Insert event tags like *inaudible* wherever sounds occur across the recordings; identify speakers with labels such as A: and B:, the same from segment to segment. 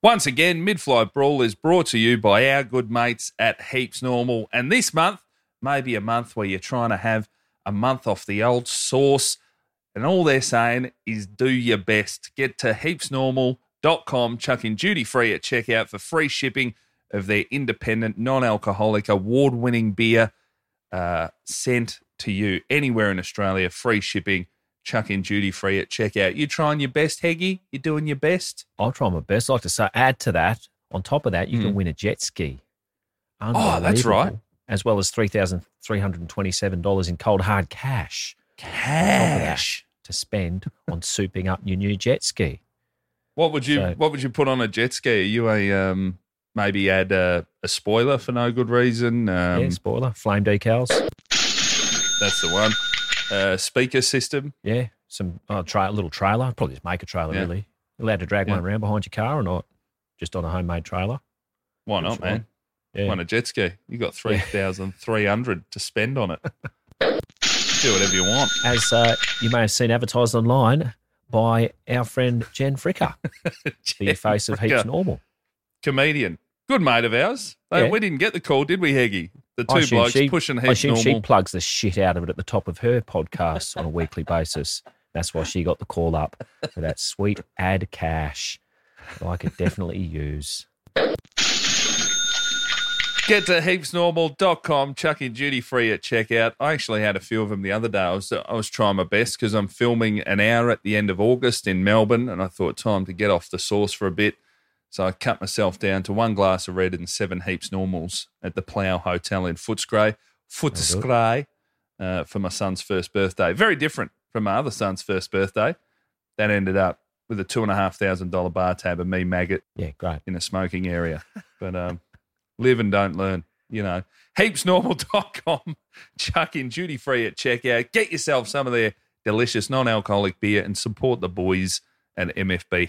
A: Once again, Midflight Brawl is brought to you by our good mates at Heaps Normal. And this month, maybe a month where you're trying to have a month off the old sauce. And all they're saying is do your best. Get to heapsnormal.com, chuck in duty free at checkout for free shipping of their independent, non alcoholic, award winning beer uh, sent to you anywhere in Australia. Free shipping, chuck in duty free at checkout. You trying your best, Heggy? You doing your best?
B: I'll try my best. Like to say, add to that, on top of that, you can win a jet ski.
A: Hmm. Oh, that's
B: Unbelievable.
A: right.
B: As well as three thousand three hundred twenty-seven dollars in cold hard cash
A: Cash.
B: to spend on souping up your new jet ski.
A: What would you
B: So-
A: What would you put on a jet ski? Are you a um, maybe add a, a spoiler for no good reason? Um,
B: yeah, spoiler, flame decals.
A: That's the one. Uh, speaker system.
B: Yeah, some uh, tra- little trailer. Probably just make a trailer.
A: Yeah.
B: Really, You're allowed to drag one
A: Yeah.
B: around behind your car or not? Just on a homemade trailer.
A: Why not,
B: That's right.
A: man?
B: Yeah.
A: Won a jet ski. You got three thousand three hundred to spend on
B: *laughs*
A: it. Do whatever you want.
B: As uh, you may have seen advertised online by our friend Jen Fricker, the
A: *laughs* Jen
B: face of Heaps
A: Fricker.
B: Normal.
A: Comedian, good mate of ours. Hey,
B: Yeah.
A: We didn't get the call, did we, Heggy? The
B: I
A: two
B: assume
A: blokes
B: she-
A: pushing
B: I
A: heaps
B: assume
A: normal.
B: she plugs the shit out of it at the top of her podcast on a weekly basis. That's why she got the call up for that sweet ad cash that I could definitely use.
A: Get to heapsnormal.com, chuck in duty free at checkout. I actually had a few of them the other day. I was, I was trying my best because I'm filming an hour at the end of August in Melbourne, and I thought time to get off the sauce for a bit. So I cut myself down to one glass of red and seven heaps normals at the Plough Hotel in Footscray, Footscray, uh, for my son's first birthday. Very different from my other son's first birthday. That ended up with a two and a half thousand dollar bar tab and me maggot
B: Yeah, great.
A: in a smoking area. But um, live and don't learn, you know. Heapsnormal.com, *laughs* chuck in duty free at checkout. Get yourself some of their delicious non alcoholic beer and support the boys at MFB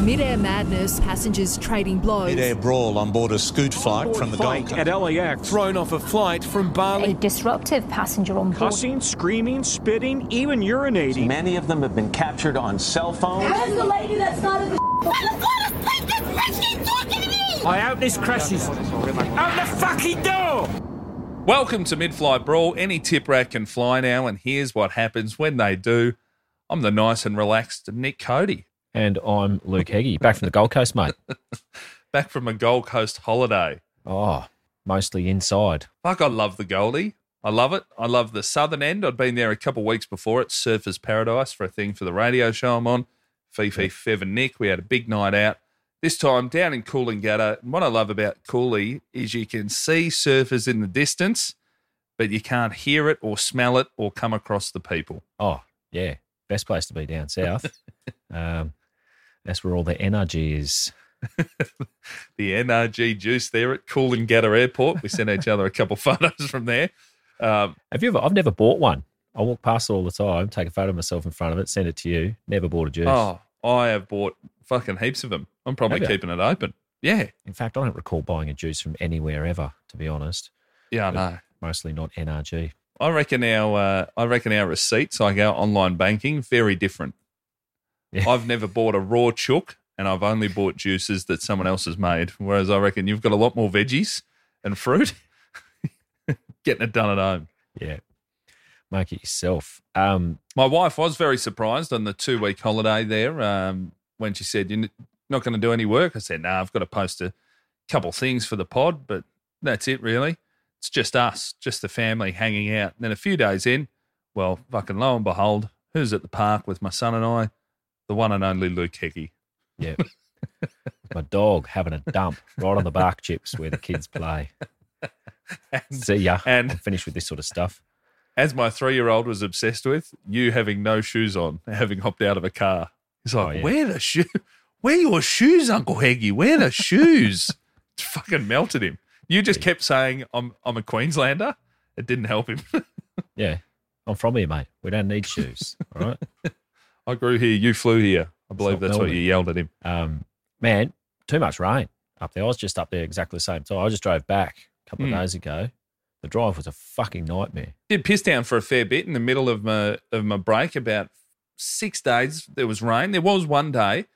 C: Mid-air madness, passengers trading blows.
D: Mid-air brawl on board a scoot flight from the Gold
E: fight
D: Coast.
E: at LAX. Thrown off a flight from Bali.
F: a disruptive passenger on board.
E: Cussing, screaming, spitting, even urinating.
G: Many of them have been captured on cell phones.
F: Where's the lady that started the *laughs* I
E: I hope this crashes. Out the fucking door!
A: Welcome to Mid Flight Brawl. Any tip rat can fly now, and here's what happens when they do. I'm the nice and relaxed Nick Cody,
B: And I'm Luke Heggie, back from the Gold Coast, mate. *laughs*
A: back from a Gold Coast holiday.
B: Oh, mostly inside.
A: Fuck, I love the Goldie. I love it. I love the southern end. I'd been there a couple of weeks before it, Surfers Paradise, for a thing for the radio show I'm on. Fifi, Fev, and Nick. We had a big night out. This time down in Coolangatta. And what I love about Coolie is you can see surfers in the distance, but you can't hear it or smell it or come across the people.
B: Oh, yeah. Best place to be down south.
A: *laughs*
B: um, that's where all the energy is.
A: the NRG juice there at Coolangatta Airport. We sent each other a couple *laughs* photos from there. Um,
B: Have you ever? I've never bought one. I walk past it all the time, take a photo of myself in front of it, send it to you. Never bought a juice.
A: oh, I have bought fucking heaps of them. I'm probably
B: Have you?
A: keeping it open. Yeah,
B: In fact, I don't recall buying a juice from anywhere ever, to be honest.
A: yeah, I know.
B: Mostly not NRG.
A: I reckon our uh, I reckon our receipts, like our online banking, very different.
B: Yeah.
A: I've never bought a raw chook, and I've only bought juices that someone else has made. Whereas I reckon you've got a lot more veggies and fruit. *laughs* Getting it done at home.
B: Yeah. Make it yourself. Um,
A: My wife was very surprised on the two week holiday there um, when she said, you, kn- Not going to do any work. I said, nah, I've got to post a couple things for the pod, but that's it, really. It's just us, just the family hanging out. And then a few days in, well, fucking lo and behold, who's at the park with my son and I? The one and only Luke Hickey. *laughs*
B: Yeah. My dog having a dump right on the bark chips where the kids play. See ya.
A: *laughs* and-
B: I'm finished with this sort of stuff.
A: As my three year old was obsessed with, you having no shoes on, *laughs* having hopped out of a car. He's like,
B: Oh, yeah.
A: Where the shoe *laughs* where your shoes, Uncle Heggy? Where the
B: *laughs*
A: shoes? It fucking melted him. You just kept saying, I'm I'm a Queenslander. It didn't help him. *laughs*
B: Yeah. I'm from here, mate. We don't
A: *laughs*
B: need shoes. All right.
A: I grew here, you flew here. I believe
B: not
A: that's what
B: Melbourne.
A: you yelled at him.
B: Um, man, too much rain up there. I was just up there exactly the same time. I just drove back a couple
A: Hmm.
B: of days ago. The drive was a fucking nightmare.
A: Did piss down for a fair bit in the middle of my of my break. About six days there was rain. There was one day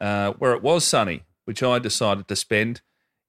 A: uh, where it was sunny, which I decided to spend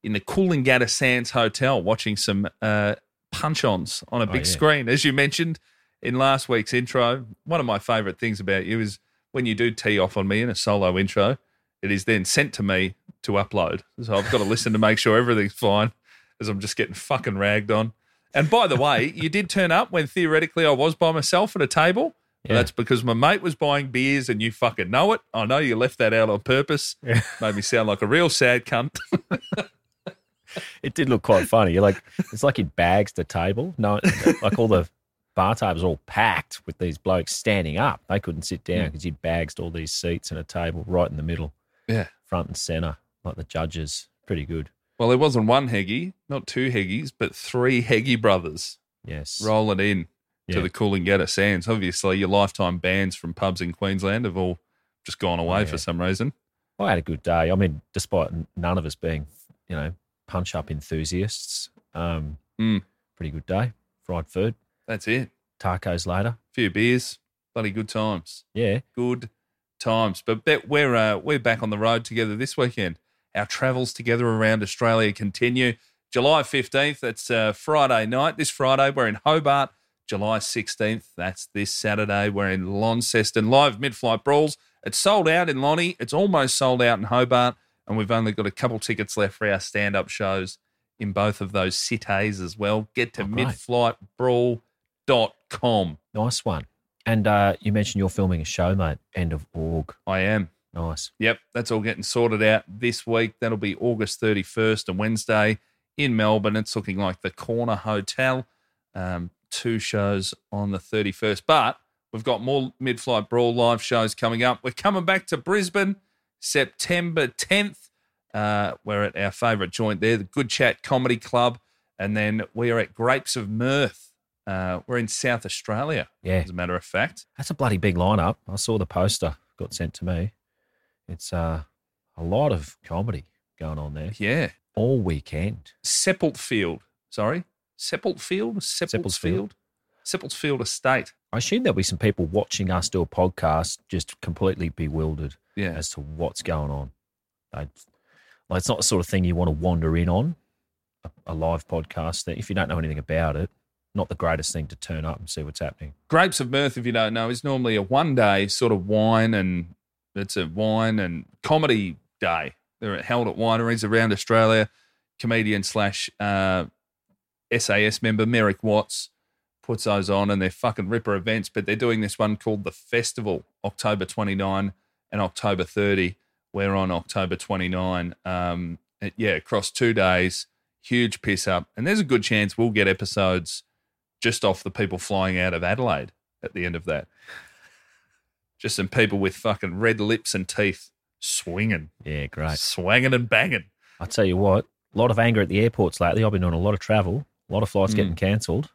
A: in the Coolangatta Sands Hotel watching some uh, punch ons on a big
B: yeah.
A: screen. As you mentioned in last week's intro, one of my favourite things about you is when you do tee off on me in a solo intro, it is then sent to me to upload. So I've got to listen to make sure everything's fine as I'm just getting fucking ragged on. And by the way, you did turn up when theoretically I was by myself at a table. But
B: Yeah.
A: That's because my mate was buying beers and you fucking know it. I know you left that out on purpose. Made me sound like a real sad cunt.
B: It did look quite funny.
A: *laughs*
B: You're like, it's like he bags the table. No, like all the bar tables are all packed with these blokes standing up. They couldn't sit
A: Hmm.
B: down because he'd bagged all these seats and a table right in the middle,
A: Yeah.
B: front and center, like the judges. Pretty good.
A: Well, there wasn't one Heggy, not two Heggies, but three Heggy brothers
B: Yes.
A: rolling in to
B: Yeah.
A: the Coolangatta Sands. Obviously, your lifetime bans from pubs in Queensland have all just gone away
B: Yeah.
A: for some reason.
B: I had a good day. I mean, despite n- none of us being, you know, punch up enthusiasts, um,
A: Mm.
B: pretty good day. Fried food,
A: That's it.
B: tacos later.
A: Few beers, bloody good times.
B: Yeah.
A: good times. But bet we're uh, we're back on the road together this weekend. Our travels together around Australia continue. July fifteenth, that's uh, Friday night. This Friday, we're in Hobart. July sixteenth, that's this Saturday. We're in Launceston. Live mid-flight brawls. It's sold out in Lonnie. It's almost sold out in Hobart, and we've only got a couple tickets left for our stand-up shows in both of those cities as well. Get to
B: Oh, great.
A: midflightbrawl.com.
B: Nice one. And uh, you mentioned you're filming a show, mate. End of org.
A: I am.
B: Nice.
A: Yep, that's all getting sorted out this week. That'll be August 31st and Wednesday in Melbourne. It's looking like the Corner Hotel. Um, two shows on the 31st, but we've got more mid flight brawl live shows coming up. We're coming back to Brisbane September 10th. Uh, we're at our favourite joint there, the Good Chat Comedy Club. And then we are at Grapes of Mirth. Uh, we're in South Australia,
B: Yeah.
A: as a matter of fact.
B: That's a bloody big lineup. I saw the poster got sent to me. It's uh, a lot of comedy going on there
A: Yeah.
B: all weekend.
A: Sepultfield. Sorry, Sepultfield, Sepultfield,
B: Sepultfield.
A: Sepultfield Estate.
B: I assume there'll be some people watching us do a podcast just completely bewildered.
A: Yeah,
B: as to what's going on. I, like, it's not the sort of thing you want to wander in on a, a live podcast that if you don't know anything about it, not the greatest thing to turn up and see what's happening.
A: Grapes of Mirth, if you don't know, is normally a one-day sort of wine and it's a wine and comedy day. They're held at wineries around Australia. Comedian slash uh, SAS member Merrick Watts puts those on, and they're fucking ripper events. But they're doing this one called the Festival, October 29 and October 30. We're on October 29. Um, it- yeah, across two days, huge piss up, and there's a good chance we'll get episodes just off the people flying out of Adelaide at the end of that. Just some people with fucking red lips and teeth swinging,
B: Yeah, great.
A: swanging and banging.
B: I tell you what, a lot of anger at the airports lately. I've been doing a lot of travel, a lot of flights
A: Mm.
B: getting cancelled,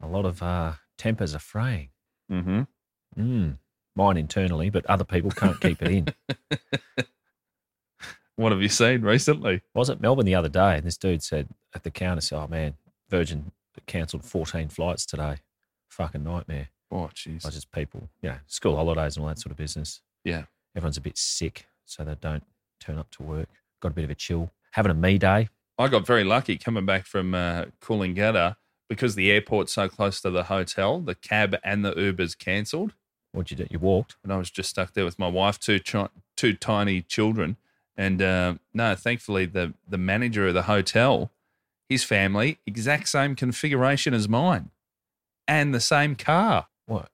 B: a lot of uh, tempers are fraying.
A: Mm-hmm.
B: Mm. Mine internally, but other people can't keep it in.
A: What have you seen recently?
B: I was at Melbourne the other day, and this dude said at the counter, said, "Oh man, Virgin cancelled 14 flights today. Fucking nightmare."
A: Oh,
B: It's
A: jeez.
B: just people, you know, school holidays and all that sort of business.
A: Yeah.
B: Everyone's a bit sick, so they don't turn up to work. Got a bit of a chill. Having a me day.
A: I got very lucky coming back from uh, Coolangatta because the airport's so close to the hotel, the cab and the Uber's cancelled.
B: What'd you do? You walked.
A: and I was just stuck there with my wife, two chi- two tiny children, And uh, no, thankfully, the the manager of the hotel, his family, exact same configuration as mine, and the same car.
B: What?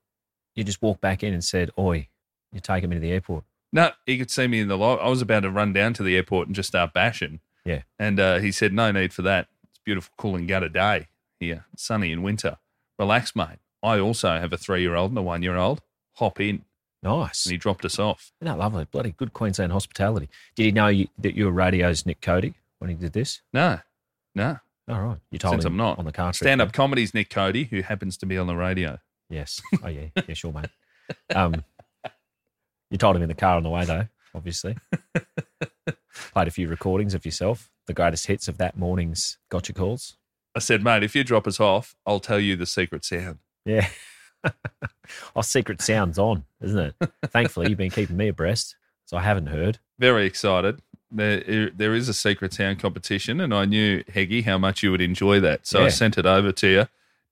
B: You just walked back in and said, Oi, you take him into the airport.
A: No, he could see me in the lobby. I was about to run down to the airport and just start bashing.
B: Yeah.
A: And uh, he said, No need for that. It's beautiful, cool and gutter day here, sunny in winter. Relax, mate. I also have a three year old and a one year old. Hop in.
B: Nice.
A: And he dropped us off.
B: Isn't that lovely? Bloody good Queensland hospitality. Did he know you, that you were radio's Nick Cody when he did this?
A: No, no.
B: All right. You told
A: since
B: him
A: I'm not
B: on the car trip,
A: Stand up
B: yeah?
A: comedy's Nick Cody, who happens to be on the radio.
B: Yes. Oh, yeah. Yeah, sure, mate. Um, you told him in the car on the way, though, obviously. Played a few recordings of yourself, the greatest hits of that morning's gotcha calls.
A: I said, Mate, if you drop us off, I'll tell you the secret sound.
B: Yeah. *laughs* Our secret sound's on, isn't it? Thankfully, you've been keeping me abreast, so I haven't heard.
A: Very excited. There, there is a secret sound competition, and I knew, Heggy, how much you would enjoy that. So I
B: Yeah.
A: sent it over to you. Do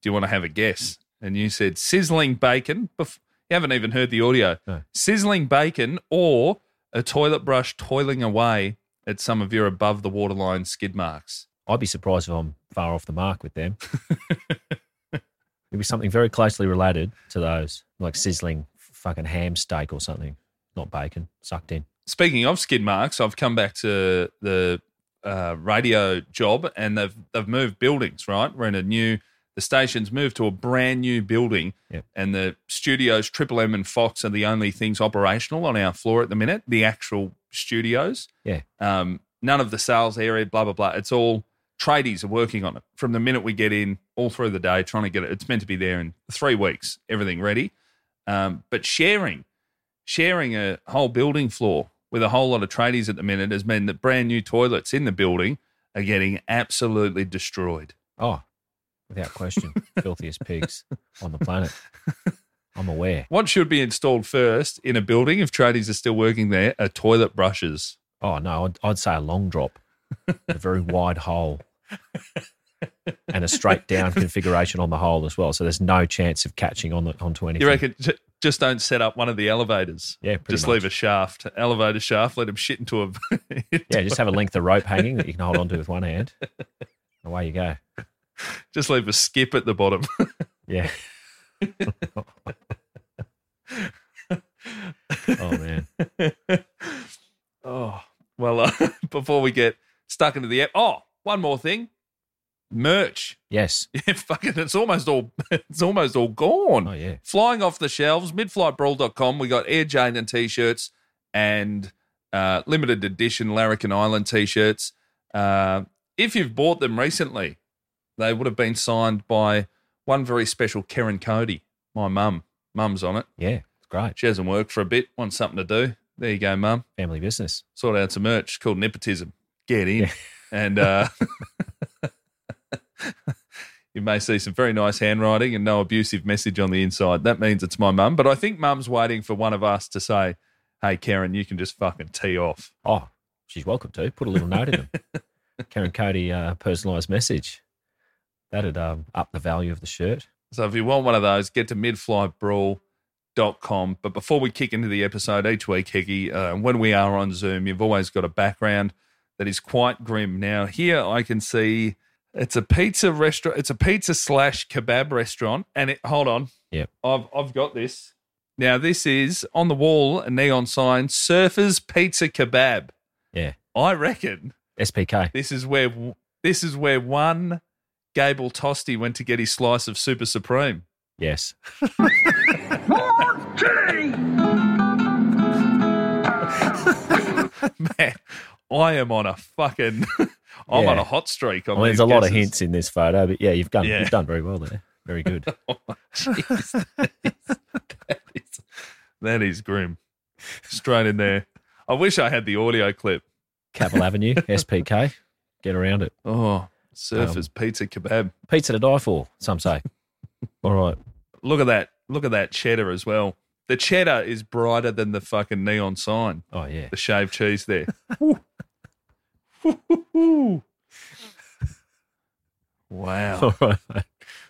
A: you want to have a guess? And you said, Sizzling bacon. Bef- you haven't even heard the audio.
B: No.
A: Sizzling bacon or a toilet brush toiling away at some of your above the waterline skid marks.
B: I'd be surprised if I'm far off the mark with them. It'd be something very closely related to those, like sizzling fucking ham steak or something, not bacon, sucked in.
A: speaking of skid marks, I've come back to the uh, radio job, and they've they've moved buildings. Right, we're in a new. The station's moved to a brand new building,
B: Yep.
A: and the studios Triple M and Fox are the only things operational on our floor at the minute. The actual studios,
B: Yeah.
A: um, none of the sales area, blah blah blah. It's all tradies are working on it from the minute we get in, all through the day, trying to get it. It's meant to be there in three weeks, everything ready. Um, but sharing, sharing a whole building floor with a whole lot of tradies at the minute has meant that brand new toilets in the building are getting absolutely destroyed.
B: Oh,
A: *laughs*
B: without question, filthiest pigs on the planet. I'm aware.
A: What should be installed first in a building if tradies are still working there are toilet brushes.
B: Oh no, I'd, I'd say a long drop, a very wide hole, and a
A: *laughs*
B: straight down configuration on the hole as well. So there's no chance of catching on the, onto anything.
A: You reckon? j- Just don't set up one of the elevators.
B: Yeah, pretty
A: just
B: much.
A: leave a shaft, elevator shaft. Let them shit into a. *laughs*
B: Yeah, just have a length of rope hanging that you can hold onto with one hand. Away you go.
A: just leave a skip at the bottom. *laughs*
B: Yeah. oh man.
A: Oh, well, uh, *laughs* before we get stuck into the app, oh, one more thing merch.
B: Yes.
A: *laughs* Yeah, fucking, it's almost all, *laughs* it's almost all gone.
B: Oh yeah.
A: Flying off the shelves, midflightbrawl.com. We got Air Jane and t shirts and uh, limited edition Larrikin Island t shirts. Uh, if you've bought them recently, they would have been signed by one very special Karen Cody, my mum. Mum's on it.
B: Yeah. It's great.
A: She hasn't worked for a bit, wants something to do. There you go, mum
B: Family business.
A: sort out some merch called nepotism. Get in, *laughs* and uh, you may see some very nice handwriting and no abusive message on the inside. That means it's my mum, but I think mum's waiting for one of us to say, "Hey, Karen, you can just fucking tee off."
B: Oh, she's welcome to. Put a little note in them. Karen Cody uh, personalised message. That'd um, up the value of the shirt.
A: So if you want one of those, get to midflightbrawl.com. But before we kick into the episode each week, Hickey, uh, when we are on Zoom, you've always got a background that is quite grim. Now here I can see it's a pizza restaurant. It's a pizza slash kebab restaurant. And it, hold on,
B: Yep.
A: I've I've got this. Now this is on the wall a neon sign: Surfers Pizza Kebab.
B: Yeah.
A: I reckon
B: SPK.
A: this is where this is where one Gable Tosti went to get his slice of Super Supreme.
B: Yes.
A: Man, *laughs* I am on a fucking. *laughs* I'm
B: Yeah.
A: on a hot streak. On
B: I mean, there's
A: these
B: a lot of
A: guesses.
B: hints in this photo, but yeah, you've done
A: Yeah.
B: you've done very well there. Very good.
A: *laughs* That is- that is grim. Straight in there. I wish I had the audio clip.
B: Capital Avenue, SPK. Get around it.
A: Oh,
B: Um,
A: surfers pizza kebab.
B: Pizza to die for, some say. All right.
A: Look at that. Look at that cheddar as well. The cheddar is brighter than the fucking neon sign.
B: Oh yeah.
A: The shaved cheese
B: *laughs*
A: there. wow.
B: All right. mate.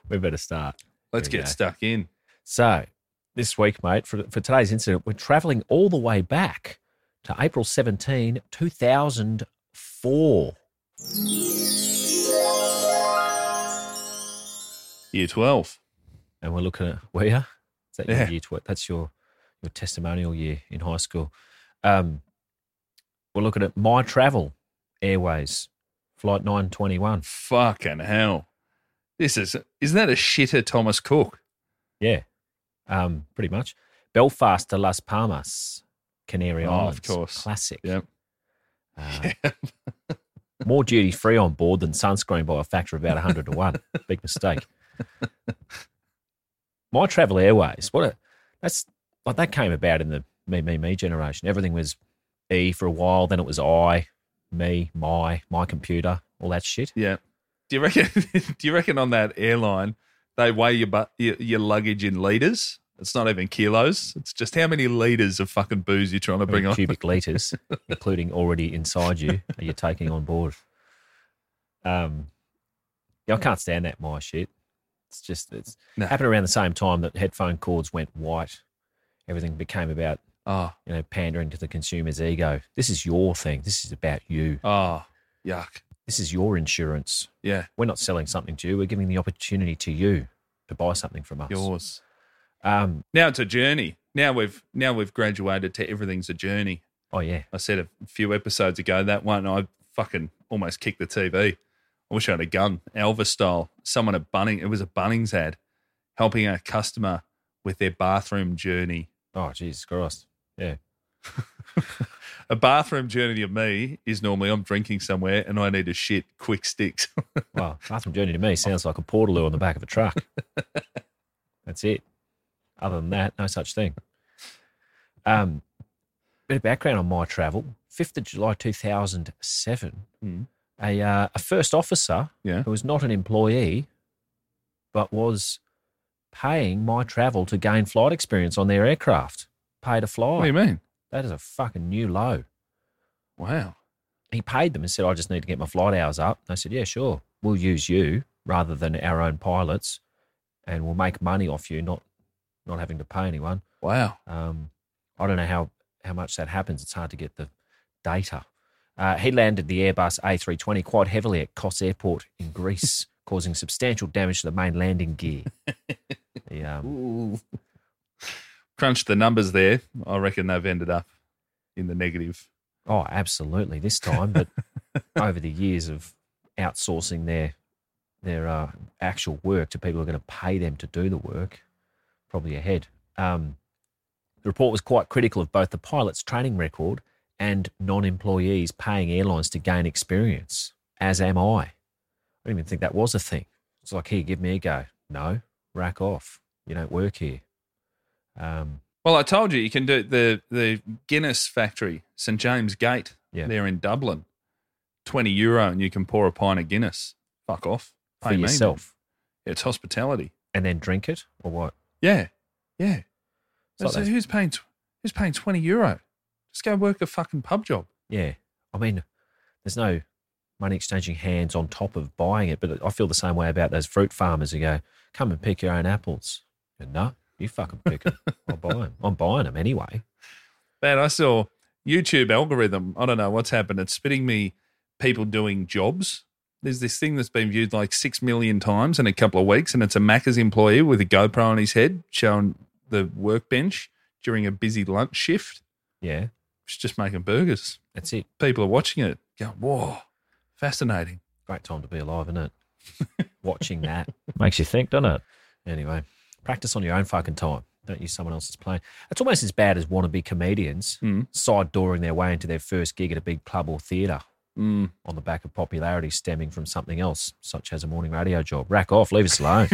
B: We better start.
A: Let's
B: There you
A: get
B: go.
A: stuck in.
B: So this week, mate, for for today's incident, we're travelling all the way back to April 17, 2004.
A: Year 12.
B: And we're looking at, were you? Is that your
A: Yeah.
B: year tw- That's your, your testimonial year in high school. Um, we're looking at My Travel Airways, Flight 921.
A: Fucking hell. This is, isn't that a shitter Thomas Cook?
B: Yeah, um, pretty much. Belfast to Las Palmas, Canary
A: Oh, of
B: Islands.
A: course.
B: Classic.
A: Yep.
B: Uh, more duty free on board than sunscreen by a factor of about 100 to 1. Big mistake. My Travel Airways, what a, that's like that came about in the me, me, me generation. Everything was E for a while, then it was I, me, my, my computer, all that shit.
A: Yeah. Do you reckon? *laughs* Do you reckon on that airline they weigh your bu- your, your luggage in liters? It's not even kilos. It's just how many liters of fucking booze you're trying to bring on.
B: cubic liters, including already inside you, that you're taking on board. Um, yeah, I can't stand that my shit. It's just it's
A: No.
B: happened around the same time that headphone cords went white. Everything became about
A: Oh,
B: you know pandering to the consumer's ego. This is your thing. This is about you.
A: oh, yuck.
B: This is your insurance.
A: Yeah,
B: We're not selling something to you. We're giving the opportunity to you to buy something from us.
A: yours.
B: Um,
A: Now it's a journey. Now we've now we've graduated to everything's a journey.
B: oh yeah,
A: I said a few episodes ago that one I fucking almost kicked the TV. I wish I had a gun, Elvis style. Someone at Bunnings, it was a Bunnings ad, helping a customer with their bathroom journey.
B: oh Jesus Christ, yeah.
A: A bathroom journey to me is normally I'm drinking somewhere and I need a shit quick sticks.
B: Well, bathroom journey to me sounds like a portaloo on the back of
A: *laughs*
B: a truck. That's it. Other than that, no such thing. Um, bit of background on my travel. Fifth of July, two thousand seven.
A: Mm.
B: A uh, a first officer
A: Yeah.
B: who was not an employee, but was paying my travel to gain flight experience on their aircraft. Pay to fly.
A: *laughs* What do you mean?
B: That is a fucking new low
A: Wow.
B: he paid them and said, I just need to get my flight hours up. And they said, Yeah, sure. We'll use you rather than our own pilots and we'll make money off you, not not having to pay anyone.
A: Wow.
B: Um, I don't know how, how much that happens. It's hard to get the data. Uh, he landed the Airbus A320 quite heavily at Kos Airport in Greece, *laughs* causing substantial damage to the main landing gear. The, um,
A: Crunch the numbers there. I reckon they've ended up in the negative.
B: oh, absolutely, this
A: *laughs*
B: time. But over the years of outsourcing their their uh, actual work to people who are going to pay them to do the work, probably ahead. Um, the report was quite critical of both the pilot's training record and non-employees paying airlines to gain experience. As am I. I don't even think that was a thing. It's like, here, give me a go. No, rack off. You don't work here. Um,
A: Well, I told you you can do the the Guinness factory, St James Gate.
B: Yeah.
A: There in Dublin. Twenty euro and you can pour a pint of Guinness. Fuck off.
B: for
A: Pay me.
B: yourself,
A: It's hospitality.
B: and then drink it or what?
A: Yeah. Yeah.
B: It's
A: so
B: like those-
A: who's paying tw- who's paying twenty euro? Just go work a fucking pub job.
B: Yeah. I mean, there's no money exchanging hands on top of buying it, but I feel the same way about those fruit farmers who go, come and pick your own apples. And no, you fucking pick them. I'll buy them. I'm buying them anyway.
A: Man, I saw YouTube algorithm. I don't know what's happened. It's spitting me people doing jobs. There's this thing that's been viewed like six million times in a couple of weeks, and it's a Macca's employee with a GoPro on his head showing the workbench during a busy lunch shift.
B: Yeah,
A: It's just making burgers.
B: that's it.
A: People are watching it. Go, whoa, fascinating.
B: Great time to be alive, isn't it? *laughs* Watching that makes you think, doesn't it? Anyway, practice on your own fucking time. Don't use someone else's plane. It's almost as bad as wannabe comedians side dooring their way into their first gig at a big club or theatre.
A: Mm.
B: on the back of popularity stemming from something else, such as a morning radio job. Rack off, leave us
A: *laughs*
B: alone.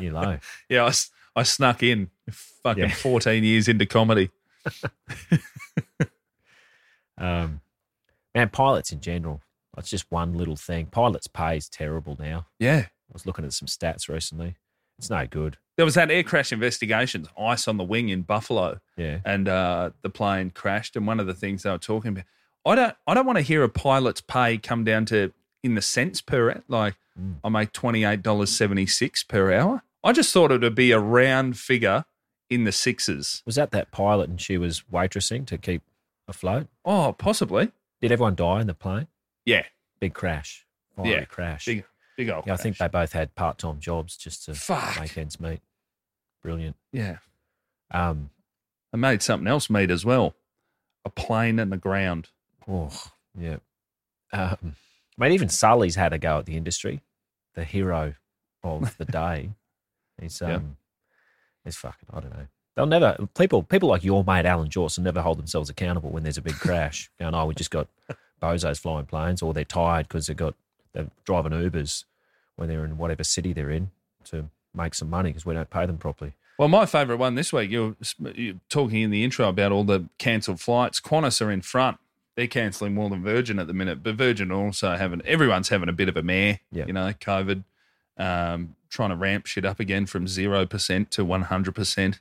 B: you know,
A: Yeah, I, s- I snuck in fucking
B: Yeah.
A: 14 years into comedy.
B: um, man, pilots in general. That's just one little thing. Pilots' pay is terrible now.
A: Yeah.
B: I was looking at some stats recently. It's no good.
A: There was that air crash investigations, ice on the wing in Buffalo.
B: Yeah,
A: and uh, the plane crashed. And one of the things they were talking about, I don't, I don't want to hear a pilot's pay come down to in the cents per hour. Like
B: Mm.
A: I make twenty eight dollars seventy six per hour. I just thought it would be a round figure in the sixes.
B: was that that pilot and she was waitressing to keep afloat?
A: Oh, possibly.
B: Did everyone die in the plane?
A: Yeah.
B: Big crash. Fiery
A: Yeah.
B: crash.
A: Big, big old.
B: yeah, I think they
A: crash.
B: both had part time jobs just to
A: Fuck.
B: make ends meet. Brilliant.
A: Yeah.
B: Um,
A: I made something else meet as well a plane and the ground.
B: oh, yeah. Um, I mean, even Sully's had a go at the industry, the hero of the day. He's um,
A: Yeah.
B: he's fucking. I don't know. They'll never people people like your mate Alan Jorts will never hold themselves accountable when there's a big crash. Going, oh, we just got bozos flying planes, or they're tired because they got they're driving Ubers when they're in whatever city they're in to make some money because we don't pay them properly.
A: Well, my favourite one this week, you're, you're talking in the intro about all the cancelled flights. Qantas are in front. They're cancelling more than Virgin at the minute, but Virgin are also having, everyone's having a bit of a mare,
B: Yeah.
A: you know, COVID, um, trying to ramp shit up again from 0% to 100%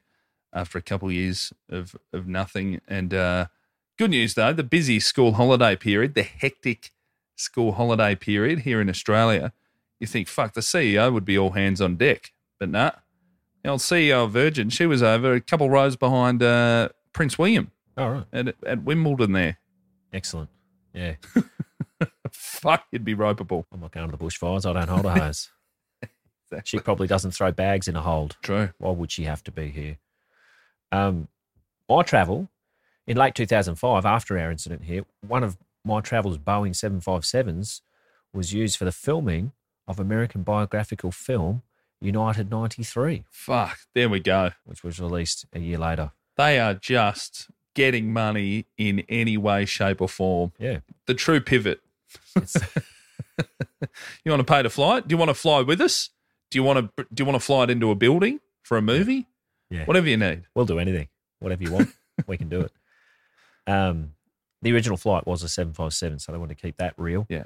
A: after a couple of years of, of nothing. And uh, good news, though, the busy school holiday period, the hectic school holiday period here in Australia, you think, fuck, the CEO would be all hands on deck. But nah, the old CEO of uh, Virgin, she was over a couple rows behind uh, Prince William
B: All right,
A: at, at Wimbledon there. *laughs*
B: excellent. Yeah,
A: Fuck, you'd be ropeable.
B: I'm not going to the bushfires. I don't hold a hose.
A: Exactly.
B: She probably doesn't throw bags in a hold.
A: True.
B: Why would she have to be here? Um, my travel in late 2005, after our incident here, one of my travel's Boeing 757s was used for the filming of American biographical film United 93,
A: Fuck, there we go.
B: which was released a year later.
A: They are just getting money in any way, shape, or form.
B: Yeah.
A: The true pivot.
B: It's,
A: *laughs* You want to pay to fly? Do you want to fly with us? Do you want to do you want to fly it into a building for a movie?
B: yeah.
A: Whatever you need.
B: We'll do anything, whatever you
A: *laughs*
B: want, we can do it. Um, the original flight was a 757, so they wanted to keep that real.
A: Yeah.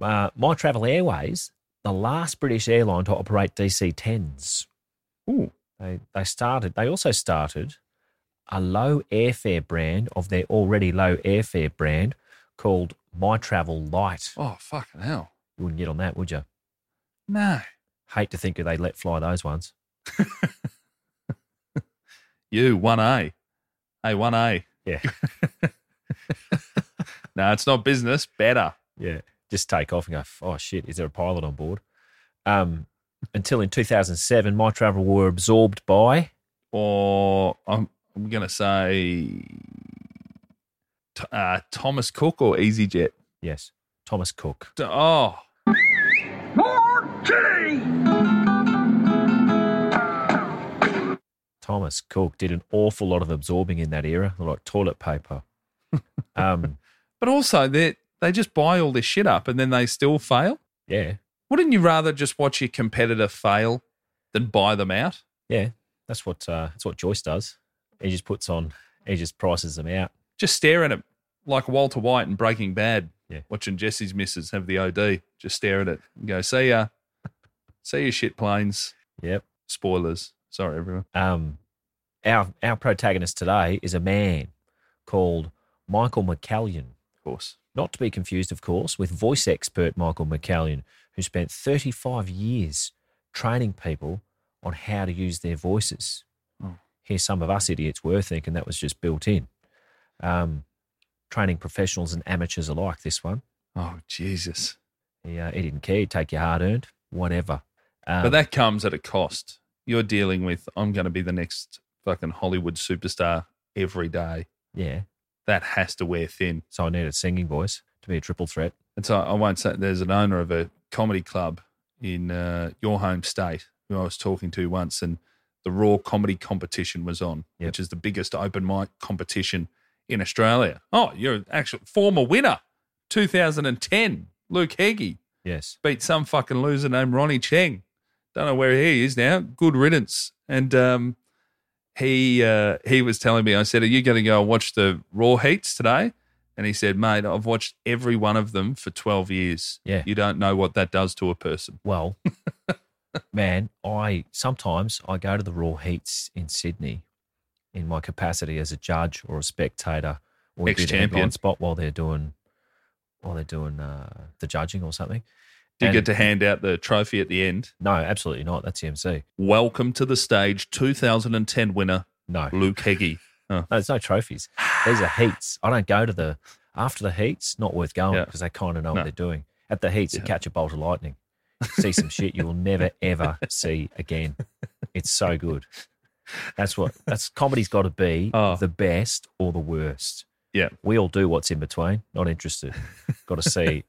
B: Uh, My Travel Airways, the last British airline to operate DC 10s.
A: Ooh.
B: They, they started, they also started a low airfare brand of their already low airfare brand called My Travel Light.
A: Oh, fucking hell.
B: You wouldn't get on that, would you?
A: No.
B: Hate to think who they let fly those ones.
A: You, 1A. Hey, 1A. *laughs*
B: Yeah.
A: No, it's not business. Better.
B: Yeah. Just take off and go, oh shit, is there a pilot on board? Um, until in 2007, my travel were absorbed by,
A: or I'm, I'm going to say T- uh, Thomas Cook or EasyJet.
B: yes, Thomas Cook.
A: D- Oh,
B: Thomas Cook did an awful lot of absorbing in that era, like toilet paper. um,
A: but also they they just buy all this shit up and then they still fail.
B: yeah,
A: Wouldn't you rather just watch your competitor fail than buy them out?
B: yeah, that's what uh, that's what Joyce does. He just puts on, he just prices them out.
A: Just stare at it like Walter White in Breaking Bad,
B: Yeah.
A: watching Jesse's missus have the OD. Just stare at it and go, see ya. See you shit planes.
B: Yep.
A: Spoilers. Sorry, everyone.
B: Um, our our protagonist today is a man called Michael McCallion.
A: Of course.
B: Not to be confused, of course, with voice expert Michael McCallion, who spent 35 years training people on how to use their voices.
A: Hmm.
B: Here, some of us idiots were thinking that was just built in. Um, training professionals and amateurs alike, this one.
A: Oh, Jesus.
B: He, uh, he didn't care, he'd take your hard earned, whatever. Um,
A: but that comes at a cost. You're dealing with I'm going to be the next fucking Hollywood superstar every day.
B: Um, yeah,
A: That has to wear thin.
B: so I need a singing voice to be a triple threat.
A: And so I won't say there's an owner of a comedy club in uh, your home state who I was talking to once, and the Raw Comedy Competition was on,
B: Yep.
A: which is the biggest open mic competition in Australia. Oh, you're an actual former winner, 2010, Luke Heggie
B: Yes.
A: beat some fucking loser named Ronnie Cheng. Don't know where he is now. Good riddance. And um, he uh, he was telling me, I said, "Are you going to go and watch the Raw heats today?" And he said, "Mate, I've watched every one of them for twelve years.
B: Yeah.
A: you don't know what that does to a person.
B: Well, *laughs* man, I sometimes I go to the raw heats in Sydney in my capacity as a judge or a spectator or do the
A: Ex-champion.
B: headline spot while they're doing while they're doing uh, the judging or something.
A: Do you
B: And-
A: get to hand out the trophy at the end?
B: No, absolutely not. That's the MC.
A: Welcome to the stage, 2010 winner
B: No.
A: Luke Heggie. Oh.
B: No, there's no trophies. These are heats. I don't go to the after the heats. Not worth going
A: Yeah.
B: because they kind of
A: No.
B: know what they're doing. At the heats, you catch a bolt of lightning, see some shit you
A: *laughs*
B: will never ever see again. It's so good. That's what that's comedy's got to be
A: Oh.
B: the best or the worst.
A: Yeah.
B: We all do what's in between. Not interested. got to
A: *laughs*
B: see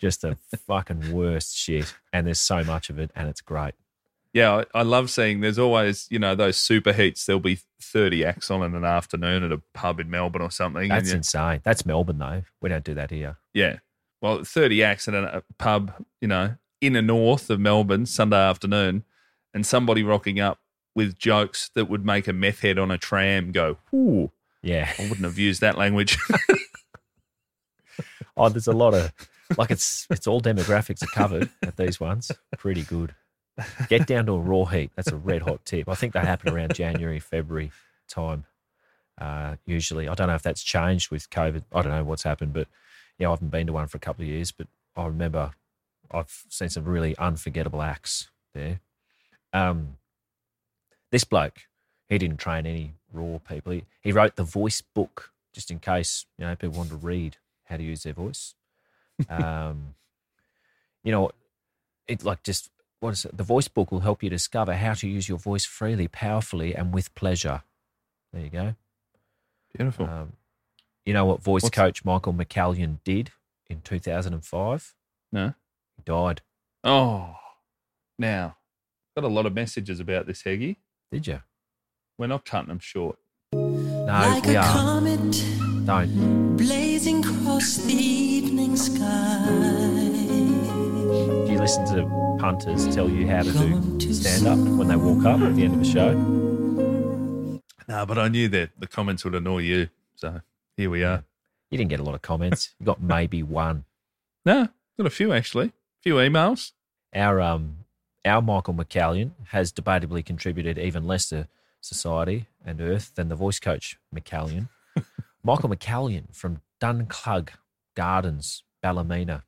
B: just the fucking worst shit, and there's so much of it, and it's great.
A: Yeah, I, I love seeing there's always, you know, those super heats. There'll be 30 acts on in an afternoon at a pub in Melbourne or something. and
B: That's
A: you-
B: insane. That's Melbourne though. We don't do that here.
A: Yeah. Well, 30 acts at a pub, you know, in the north of Melbourne, Sunday afternoon, and somebody rocking up with jokes that would make a meth head on a tram go, ooh,
B: Yeah.
A: I wouldn't have used that language. *laughs*
B: Oh, there's a lot of like it's it's all demographics are covered at these ones. Pretty good. Get down to a raw heat. That's a red hot tip. I think they happen around January, February time. Uh, usually, I don't know if that's changed with COVID. I don't know what's happened, but yeah, I haven't been to one for a couple of years. But I remember I've seen some really unforgettable acts there. Um, this bloke, he didn't train any raw people. He, he wrote the voice book just in case you know people wanted to read how to use their voice. Um, *laughs* you know, it like just what is it? The voice book will help you discover how to use your voice freely, powerfully, and with pleasure. There you go.
A: Beautiful.
B: Um, you know what voice
A: What's-
B: coach Michael McCallion did in 2005?
A: No.
B: He died.
A: Oh, now, got a lot of messages about this, Heggy.
B: Did you?
A: We're not cutting them short.
B: No, we are. Don't.
E: blazing across the evening sky.
B: Do you listen to punters tell you how to do stand up when they walk up at the end of a show?
A: No, but I knew that the comments would annoy you. So here we are.
B: You didn't get a lot of comments. You got maybe one.
A: No, got a few actually, few emails.
B: our um our Michael McCallion has debatably contributed even less to society and Earth than the voice coach McCallion.
A: *laughs*
B: Michael McCallion from Dunclug Gardens, Ballymena,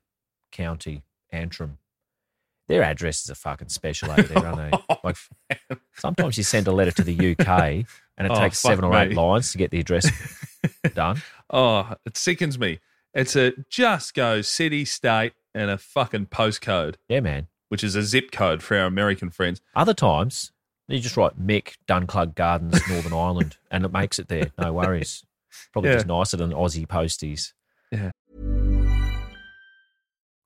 B: County Antrim. Their addresses are fucking special over there, aren't
A: *laughs*
B: they? Like sometimes you send a letter to the UK and
A: *laughs*
B: it
A: Oh,
B: takes
A: fuck
B: seven or eight
A: me.
B: lines to get the
A: *laughs*
B: address done.
A: Oh, it sickens me. It's a just go city, state, and a fucking postcode,
B: Yeah, man.
A: which is a zip code for our American friends.
B: Other times, you just write Mick, Dunclug Gardens, Northern Ireland, and it makes it there. No worries. Probably
A: Yeah.
B: just nicer than Aussie posties.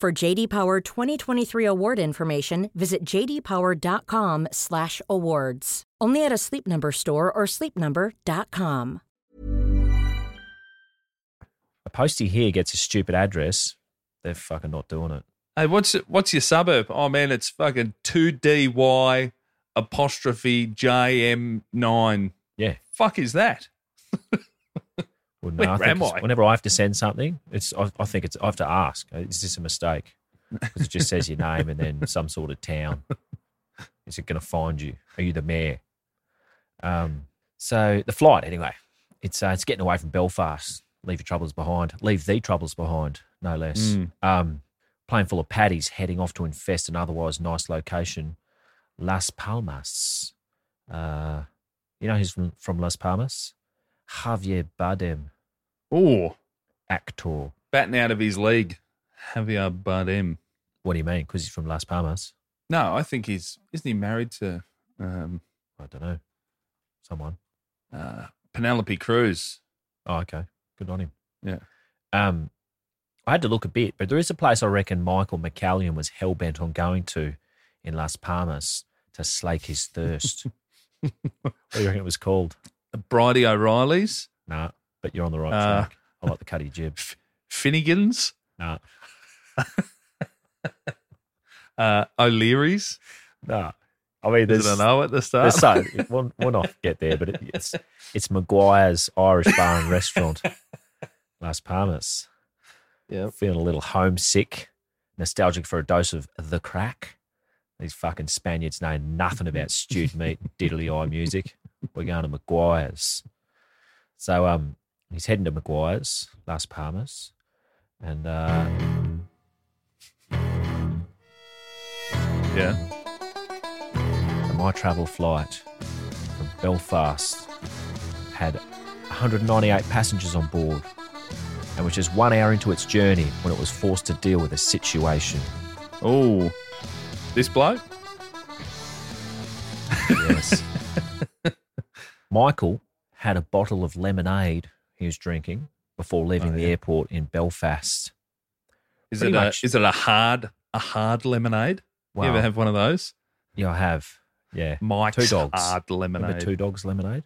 H: For JD Power 2023 award information, visit jdpower.com/awards. Only at a Sleep Number store or sleepnumber.com.
B: A postie here gets a stupid address. They're fucking not doing it.
A: Hey, what's what's your suburb? Oh man, it's fucking two D Y apostrophe J M nine.
B: Yeah.
A: Fuck is that?
B: Wouldn't
A: Where
B: I think
A: am
B: it's-
A: I?
B: Whenever I have to send something, it's I, I think it's I have to ask. uh, Is this a mistake? Because it just says your name and then some sort of town. Is it going to find you? Are you the mayor? Um, so the flight, anyway, it's uh, it's getting away from Belfast. Leave your troubles behind. Leave the troubles behind, no less.
A: Mm.
B: Um, plane full of paddies heading off to infest an otherwise nice location, Las Palmas. Uh, you know who's from, from Las Palmas? Javier Bardem,
A: Oh,
B: actor.
A: batting out of his league, Javier Bardem.
B: What do you mean? Because he's from Las Palmas.
A: No, I think he's isn't he married to um,
B: I don't know. Someone.
A: uh, Penelope Cruz?
B: Oh, okay. Good on him.
A: Yeah.
B: Um, I had to look a bit, but there is a place I reckon Michael McCallion was hell bent on going to in Las Palmas to slake his thirst. *laughs* what do you reckon it was called?
A: Bridie O'Reilly's,
B: Nah, but you're on the right
A: Uh,
B: track. I like the cutty jib.
A: Finnegan's,
B: Nah,
A: uh, O'Leary's.
B: nah. I mean,
A: Is
B: there's
A: it an O at the start?
B: there's so we'll, we'll not get there, but it, it's it's Maguire's Irish Bar and Restaurant, Las Palmas.
A: Yep.
B: feeling a little homesick, nostalgic for a dose of the crack. These fucking Spaniards know nothing about stewed meat, diddly eye music. We're going to Maguire's. So um, he's heading to Maguire's, Las Palmas, and uh,
A: Yeah.
B: my travel flight from Belfast had 198 passengers on board and was just one hour into its journey when it was forced to deal with a situation.
A: Oh, this bloke? *laughs*
B: Yes. Michael had a bottle of lemonade he was drinking before leaving
A: Oh,
B: the airport in Belfast.
A: Is
B: Pretty
A: it
B: much.
A: a is it a hard a hard lemonade? You ever
B: Wow.
A: have one of those?
B: Yeah, I have. Yeah.
A: Mike's
B: two dogs.
A: hard lemonade.
B: Remember two dogs lemonade?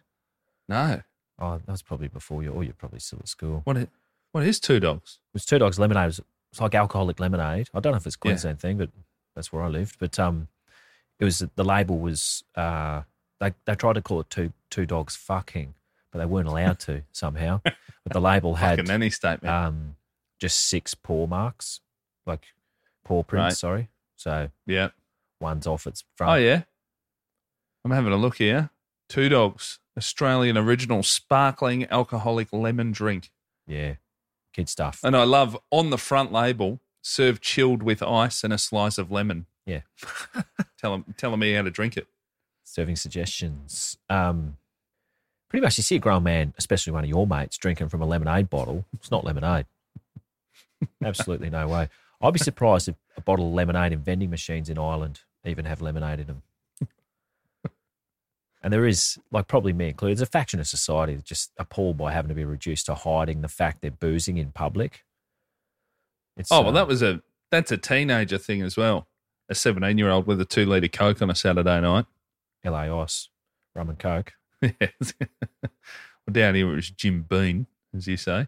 A: No.
B: Oh, that was probably before you, or you're probably still at school.
A: What is, what is two dogs?
B: It was two dogs lemonade. It was, it's like alcoholic lemonade. I don't know if it's a
A: Yeah.
B: Queensland thing, but that's where I lived. But um, it was the label was uh, they they tried to call it two two dogs fucking, but they weren't
A: *laughs*
B: allowed to somehow. But the label
A: Fucking
B: had
A: any statement.
B: um just six paw marks, like paw prints.
A: Right.
B: Sorry, so
A: yeah.
B: one's off its front.
A: Oh yeah. I'm having a look here. Two dogs. Australian original sparkling alcoholic lemon drink.
B: yeah, kid stuff.
A: And I love on the front label, served chilled with ice and a slice of lemon. *laughs*
B: Yeah.
A: Tell 'em- telling me how to drink it.
B: serving suggestions. Um, pretty much, you see a grown man, especially one of your mates, drinking from a lemonade bottle. It's
A: *laughs*
B: not lemonade. Absolutely no way. I'd be surprised if a bottle of lemonade in vending machines in Ireland even have lemonade in
A: *laughs*
B: them. And there is, like probably me included, there's a faction of society that's just appalled by having to be reduced to hiding the fact they're boozing in public. It's,
A: Oh well,
B: uh,
A: that was a that's a teenager thing as well. A seventeen year old with a two liter coke on a Saturday night. *laughs*
B: LAOS, rum and coke.
A: Yes. well, down here it was Jim Bean, as you say,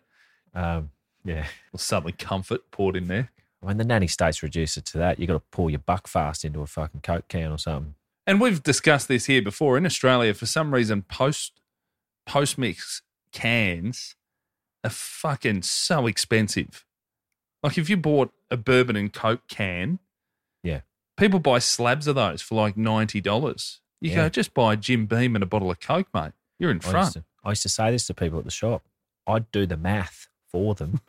B: Um, yeah.
A: or Southern Comfort poured in there.
B: When the nanny states reduce it to that, you got to pour your buck fast into a fucking coke can or something.
A: And we've discussed this here before in Australia. For some reason, post post mix cans are fucking so expensive. Like if you bought a bourbon and coke can,
B: Yeah.
A: people buy slabs of those for like ninety dollars. You
B: Yeah.
A: go just buy a Jim Beam and a bottle of coke, mate. You're in
B: I
A: front.
B: used, to, I used to say this to people at the shop. I'd do the math
A: *laughs*
B: for them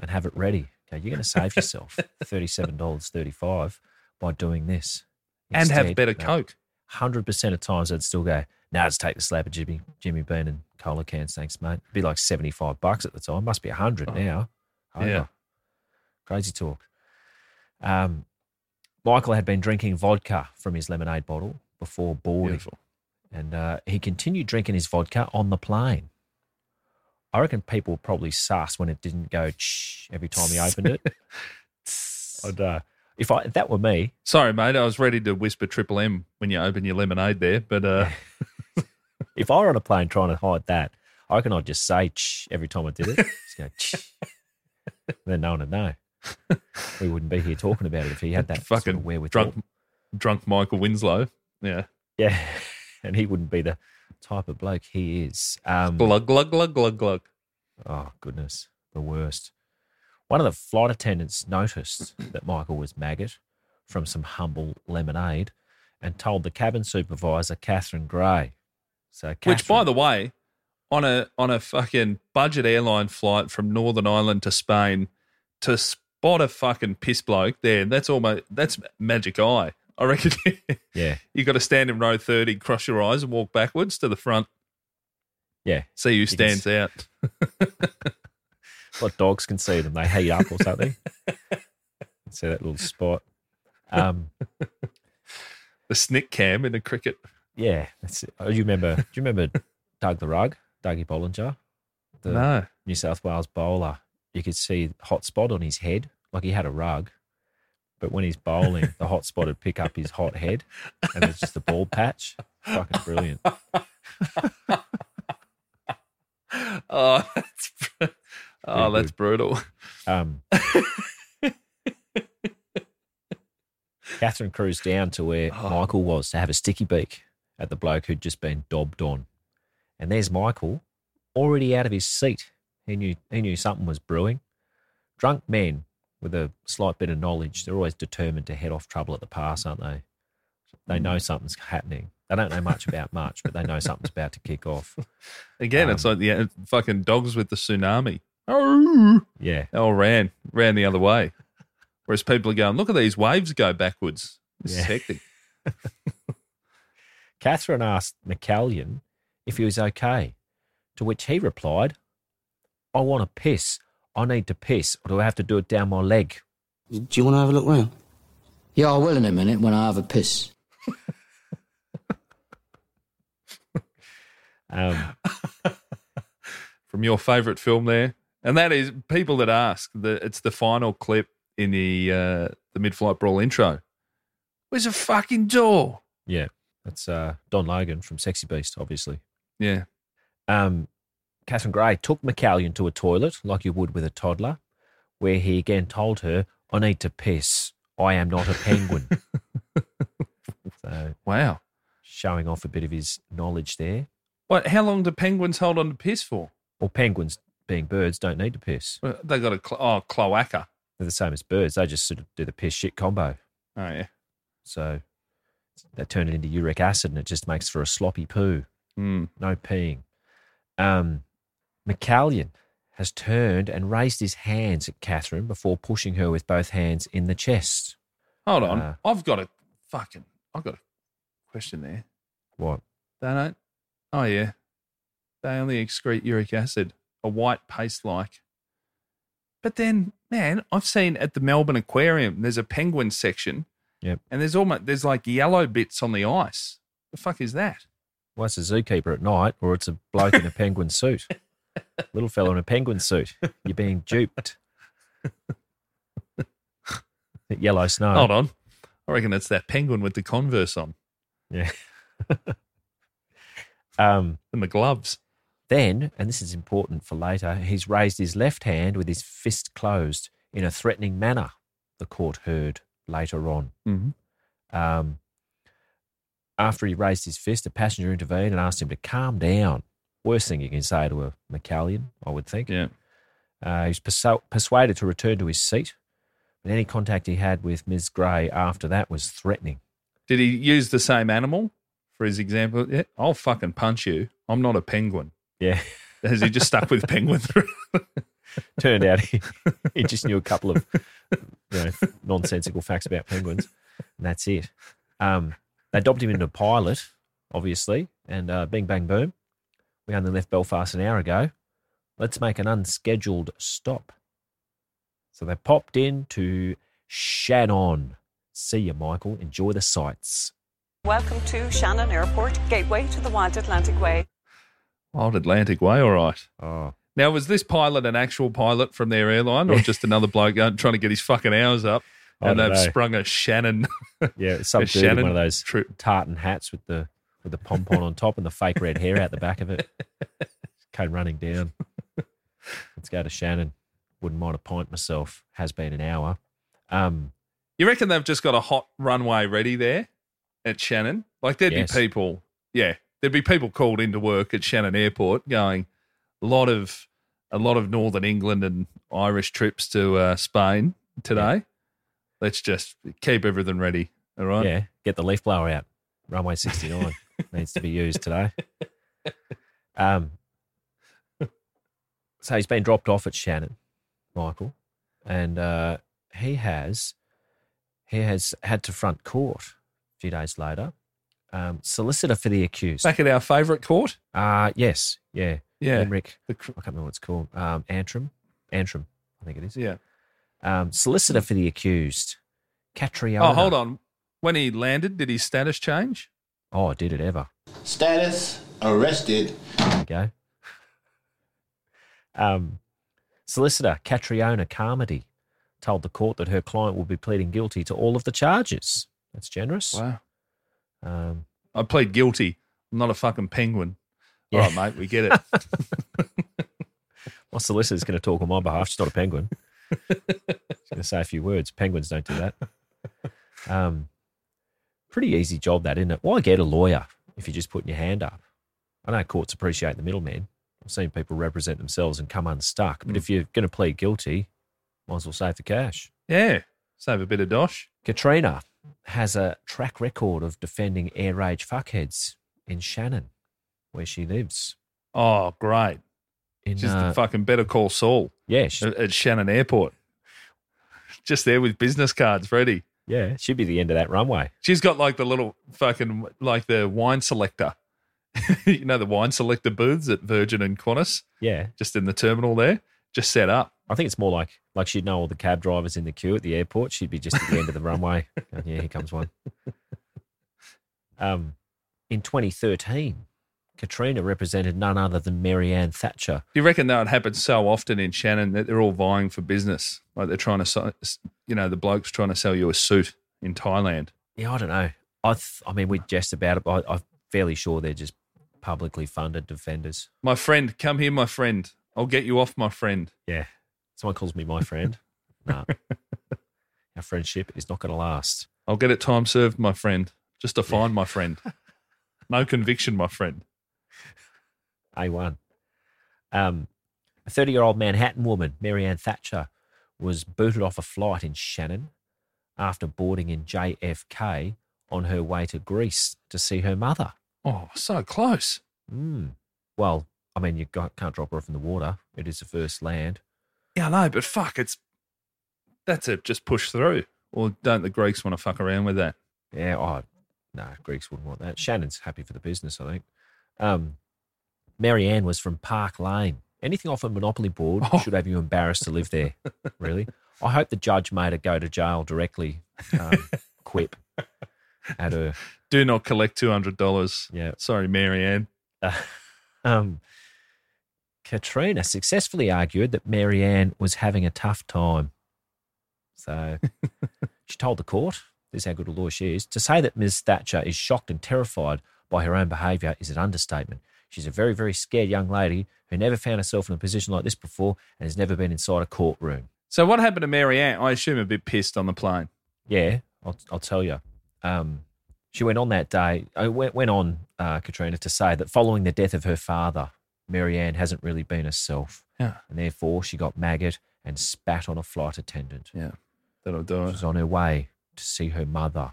B: and have it ready. Okay, you're going to save yourself thirty-seven dollars thirty-five by doing this,
A: and have
B: Instead, uh,
A: better
B: no,
A: Coke.
B: Hundred percent of times, I'd still go. Now nah, let's take the slab of Jimmy Jimmy Bean and cola cans, thanks, mate. It'd be like seventy-five bucks at the time. Must be hundred now.
A: Oh.
B: Over.
A: Yeah.
B: crazy talk. Um, Michael had been drinking vodka from his lemonade bottle before boarding.
A: Beautiful.
B: and uh, he continued drinking his vodka on the plane. I reckon people were probably sus when it didn't go shh every time he
A: *laughs*
B: opened it. I'd, uh, if I if that were me,
A: Sorry, mate. I was ready to whisper triple M when you open your lemonade there, but uh,
B: if I were on a plane trying to hide that, I reckon I'd just say shh every time I did it. Just go
A: *laughs*
B: shh. then no one would know. We wouldn't be here talking about it if he had that sort of
A: fucking
B: wherewithal.
A: drunk, drunk Michael Winslow. Yeah,
B: Yeah, *laughs* and he wouldn't be the type of bloke he is. Um,
A: glug glug glug glug glug.
B: Oh, goodness. The worst. One of the flight attendants noticed that Michael was maggot from some humble lemonade and told the cabin supervisor, Catherine Gray. So,
A: Which, by
B: Catherine-
A: the way, on a on a fucking budget airline flight from Northern Ireland to Spain, to spot a fucking piss bloke there, that's almost that's magic eye. I reckon *laughs*
B: yeah,
A: you got to stand in row thirty, cross your eyes, and walk backwards to the front.
B: yeah.
A: See who
B: can
A: stands out.
B: What dogs can see them, they heat up or something. see that little spot. Um,
A: The snick cam in the cricket.
B: yeah, that's it. Oh, you remember? Do you remember Doug the Rug, Dougie Bollinger, the
A: no.
B: New South Wales bowler? You could see hot spot on his head, like he had a rug. But when he's bowling, the hot spot would pick up his hot head, and it's just a bald patch. Fucking brilliant!
A: Oh, *laughs* that's br- oh,
B: Pretty
A: that's brutal.
B: Um, Catherine cruised down to where Michael was to have a sticky beak at the bloke who'd just been dobbed on. And there's Michael, already out of his seat. He knew he knew something was brewing. Drunk men with a slight bit of knowledge, they're always determined to head off trouble at the pass, aren't they? They know something's happening. They don't know much about much, but they know something's about to kick off.
A: Again,
B: Um,
A: it's like the fucking dogs with the tsunami.
B: Yeah.
A: Oh, ran, ran the other way. Whereas people are going, look at these waves go backwards. This is
B: Yeah.
A: hectic.
B: Catherine asked McCallion if he was okay, to which he replied, I want to piss. I need to piss, or do I have to do it down my leg?
I: Do you want to have a look round? Yeah, I will in a minute when I have a piss.
B: Um,
A: From your favourite film there, and that is people that ask. The, it's the final clip in the uh, the mid flight brawl intro. Where's a fucking door?
B: yeah, that's uh, Don Logan from Sexy Beast, obviously.
A: Yeah,
B: Um, Catherine Gray took McCallion to a toilet, like you would with a toddler, where he again told her, I need to piss. I am not a penguin. so,
A: wow.
B: showing off a bit of his knowledge there.
A: What? How long do penguins hold on to piss for?
B: Well, penguins, being birds, don't need to piss.
A: Well, They got a cl- oh cloaca.
B: They're the same as birds. They just sort of do the piss shit combo.
A: Oh yeah.
B: So they turn it into uric acid and it just makes for a sloppy poo.
A: Mm.
B: No peeing. Um, McCallion has turned and raised his hands at Catherine before pushing her with both hands in the chest.
A: Hold on.
B: Uh,
A: I've got a fucking. I've got a question there.
B: What?
A: They don't. Oh yeah. They only excrete uric acid, a white paste like. But then, man, I've seen at the Melbourne Aquarium, there's a penguin section,
B: Yep.
A: and there's almost there's like yellow bits on the ice. The fuck is that?
B: Well, it's a zookeeper at night or it's a bloke in a penguin suit. Little fella in a penguin suit. You're being
A: *laughs*
B: duped. Yellow snow.
A: Hold on. I reckon it's that penguin with the converse on
B: Yeah. um,
A: and the gloves.
B: Then, and this is important for later, he's raised his left hand with his fist closed in a threatening manner, the court heard later on.
A: Mm-hmm.
B: Um, after he raised his fist, a passenger intervened and asked him to calm down. Worst thing you can say to a McCallion, I would think.
A: Yeah.
B: Uh, he was persu- persuaded to return to his seat, but any contact he had with Ms. Gray after that was threatening.
A: Did he use the same animal for his example? Yeah, I'll fucking punch you. I'm not a penguin.
B: Yeah.
A: Has he just stuck
B: *laughs*
A: with penguin?
B: turned out he, he just knew a couple of you know, nonsensical facts about penguins, and that's it. Um, they dobbed him into a pilot, obviously, and uh, bing, bang, boom. We only left Belfast an hour ago. Let's make an unscheduled stop. So they popped in to Shannon. See you, Michael. Enjoy the sights.
J: Welcome to Shannon Airport, gateway to the Wild Atlantic Way.
A: Old Atlantic Way, all right.
B: Oh,
A: Now, was this pilot an actual pilot from their airline or just another bloke going, trying to get his fucking hours up?
B: I
A: And
B: don't
A: they've
B: know.
A: sprung a Shannon.
B: yeah, it's some
A: a
B: dude in
A: Shannon
B: one of those
A: trip.
B: tartan hats with the with the pom pom on top and the fake red hair out the back of it. Came running down. Let's go to Shannon. Wouldn't mind a pint myself. Has been an hour. Um,
A: You reckon they've just got a hot runway ready there at Shannon? Like, there'd
B: Yes.
A: be people, yeah, there'd be people called into work at Shannon Airport going, a lot of, a lot of Northern England and Irish trips to uh, Spain today. Let's just keep everything ready. All right.
B: Yeah, get the leaf blower out.
A: *laughs*
B: Runway 69 needs to be used today. Um, so he's been dropped off at Shannon, Michael, and uh, he has he has had to front court a few days later. Um, solicitor for the accused.
A: Back at our favourite court.
B: Uh, yes, yeah,
A: Yeah.
B: Limerick. I
A: The cr-
B: can't remember what it's called. Um, Antrim, Antrim, I think it is.
A: Yeah.
B: Um, solicitor for the accused, Catriona.
A: Oh, hold on. When he landed, did his status change?
B: Oh, did it ever?
K: Status arrested.
B: go. Um, solicitor Catriona Carmody told the court that her client will be pleading guilty to all of the charges. That's generous.
A: Wow.
B: Um,
A: I plead guilty. I'm not a fucking penguin.
B: Yeah.
A: All right, mate, we
B: *laughs*
A: get it.
B: my solicitor's going to talk on my behalf. She's not a penguin. She's going to say a few words. Penguins don't do that. Um, pretty easy job that, isn't it? Why get a lawyer if you're just putting your hand up? I know courts appreciate the middleman. I've seen people represent themselves and come unstuck. But if you're going to plead guilty, might as well save the cash.
A: Yeah, save a bit of dosh.
B: Katrina has a track record of defending air rage fuckheads in Shannon, where she lives.
A: Oh, great.
B: In,
A: She's
B: uh,
A: the fucking Better Call Saul.
B: Yeah, she's-
A: at, at Shannon Airport. Just there with business cards ready.
B: Yeah, she'd be the end of that runway.
A: She's got like the little fucking like the wine selector. *laughs* you know the wine selector booths at Virgin and Qantas,
B: Yeah.
A: just in the terminal there, just set up.
B: I think it's more like like she'd know all the cab drivers in the queue at the airport. She'd be just at the end of
A: *laughs*
B: the runway. going, yeah, here comes one. Um, in 2013, Katrina represented none other than Marianne Thatcher.
A: Do you reckon that would happen so often in Shannon that they're all vying for business? Like they're trying to, sell- you know, the bloke's trying to sell you a suit in Thailand.
B: Yeah, I don't know. I th- I mean, we jest about it, but I, I'm fairly sure they're just publicly funded defenders.
A: My friend, come here, my friend. I'll get you off, my friend.
B: Yeah. Someone calls me my friend. nah. Our friendship is not going to last.
A: I'll get it time served, my friend. Just to find my friend. No conviction, my friend.
B: A1. Um, a 30 year old Manhattan woman, Marianne Thatcher, was booted off a flight in Shannon after boarding in JFK on her way to Greece to see her mother.
A: Oh, so close.
B: Mm. Well, I mean, you got, can't drop her off in the water. It is the first land.
A: Yeah, I know, but fuck, it's that's it. Just push through, or don't the Greeks want to fuck around with that?
B: Yeah, oh, no, Greeks wouldn't want that. Shannon's happy for the business, I think. Um, Mary Ann was from Park Lane. Anything off a monopoly board should have you embarrassed to live there, really. I hope the judge made her go to jail directly, um, quip at her.
A: Do not collect two hundred dollars.
B: Yeah.
A: sorry, Mary Ann.
B: Um, Katrina successfully argued that Mary Ann was having a tough time. So she told the court, this is how good a lawyer she is, to say that Ms. Thatcher is shocked and terrified by her own behaviour is an understatement. She's a very, very scared young lady who never found herself in a position like this before and has never been inside a courtroom.
A: So what happened to Mary Ann? I assume a bit pissed on the plane.
B: Yeah, I'll, I'll tell you. Um, she went on that day, I went, went on, uh, Katrina, to say that following the death of her father, Mary Ann hasn't really been herself.
A: Yeah.
B: And therefore, she got maggot and spat on a flight attendant.
A: Yeah, that'll do
B: She
A: it.
B: was on her way to see her mother,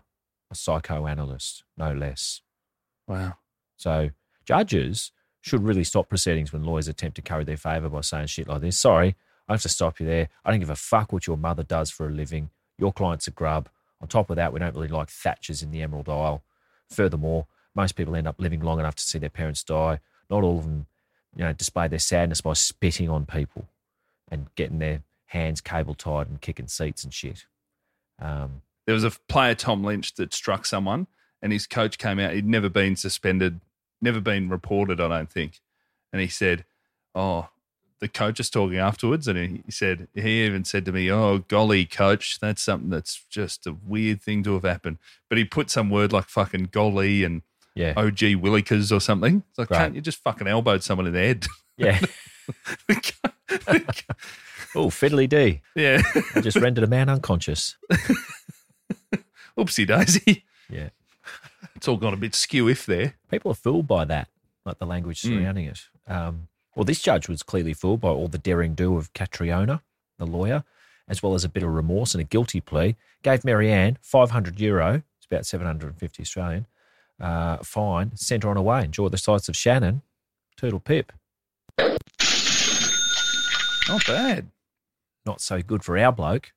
B: a psychoanalyst, no less.
A: Wow.
B: So, judges should really stop proceedings when lawyers attempt to curry their favour by saying shit like this. Sorry, I have to stop you there. I don't give a fuck what your mother does for a living. Your client's a grub. On top of that, we don't really like Thatchers in the Emerald Isle. Furthermore, most people end up living long enough to see their parents die. Not all of them, you know, display their sadness by spitting on people and getting their hands cable tied and kicking seats and shit. Um,
A: There was a player, Tom Lynch, that struck someone, and his coach came out. He'd never been suspended, never been reported, I don't think. And he said, "Oh." The coach is talking afterwards, and he said he even said to me, "Oh, golly, coach, that's something that's just a weird thing to have happened." But he put some word like "fucking golly" and
B: yeah,
A: OG Willikers or something. It's like,
B: Right.
A: can't you just fucking elbowed someone in the head? *laughs*
B: yeah. *laughs* oh, fiddly d!
A: yeah. *laughs*
B: I just rendered a man unconscious.
A: Oopsie daisy.
B: Yeah.
A: It's all gone a bit skew if there.
B: people are fooled by that, like the language surrounding it. Um, well, this judge was clearly fooled by all the daring do of Catriona, the lawyer, as well as a bit of remorse and a guilty plea. Gave Marianne 500 euro, it's about 750 Australian, uh, fine, sent her on her way, enjoy the sights of Shannon, Turtle Pip.
A: Not bad.
B: Not so good for our bloke.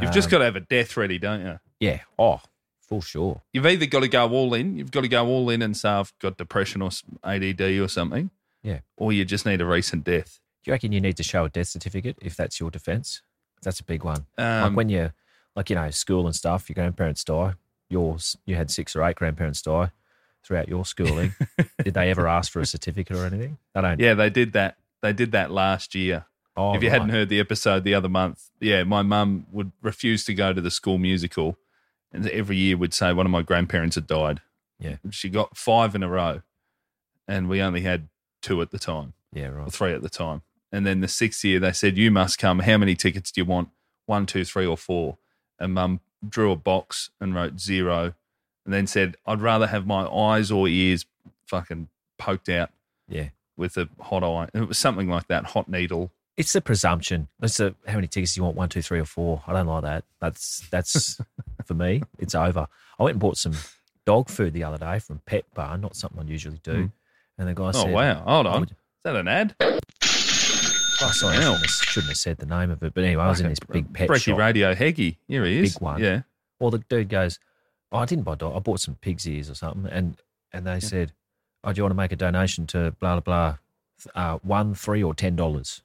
A: You've just
B: Um,
A: got to have a death ready, don't you?
B: Yeah, oh, for sure.
A: You've either got to go all in, you've got to go all in and say, I've got depression or s- ADD or something,
B: Yeah.
A: or you just need a recent death.
B: Do you reckon you need to show a death certificate if that's your defence? That's a big one.
A: Um,
B: like when you, like you know, school and stuff, your grandparents die. Yours, you had six or eight grandparents die throughout your
A: *laughs*
B: schooling. Did they ever ask for a certificate or anything? They don't.
A: Yeah, they did that. They did that last year.
B: Oh,
A: if you hadn't
B: right.
A: heard the episode the other month, yeah, my mum would refuse to go to the school musical, and every year would say one of my grandparents had died.
B: Yeah.
A: she got five in a row, and we only had two at the time
B: yeah,
A: or
B: right.
A: three at the time. And then the sixth year, they said, You must come. How many tickets do you want? One, two, three, or four? And mum drew a box and wrote zero, and then said, "I'd rather have my eyes or ears fucking poked out."
B: Yeah.
A: With a hot eye, it was something like that, hot needle.
B: It's the presumption. It's the how many tickets do you want? One, two, three, or four. I don't like that. That's
A: *laughs*
B: that's for me. It's over. I went and bought some dog food the other day from Pet Bar. Not something I usually do.
A: Hmm.
B: And the guy
A: oh
B: said,
A: wow! Hold
B: I
A: on,
B: would-
A: is that an ad?
B: Oh, sorry, I
A: Hell.
B: shouldn't have, shouldn't have said the name of it. But anyway, I was in this big pet
A: Brecky
B: shop.
A: Radio Heggy. Here he is.
B: Big one.
A: Yeah.
B: Well, the dude goes, oh, I didn't buy dog. I bought some pig's ears or something. And, and they said, oh, do you want to make a donation to blah, blah, blah, uh, one, three, or ten dollars?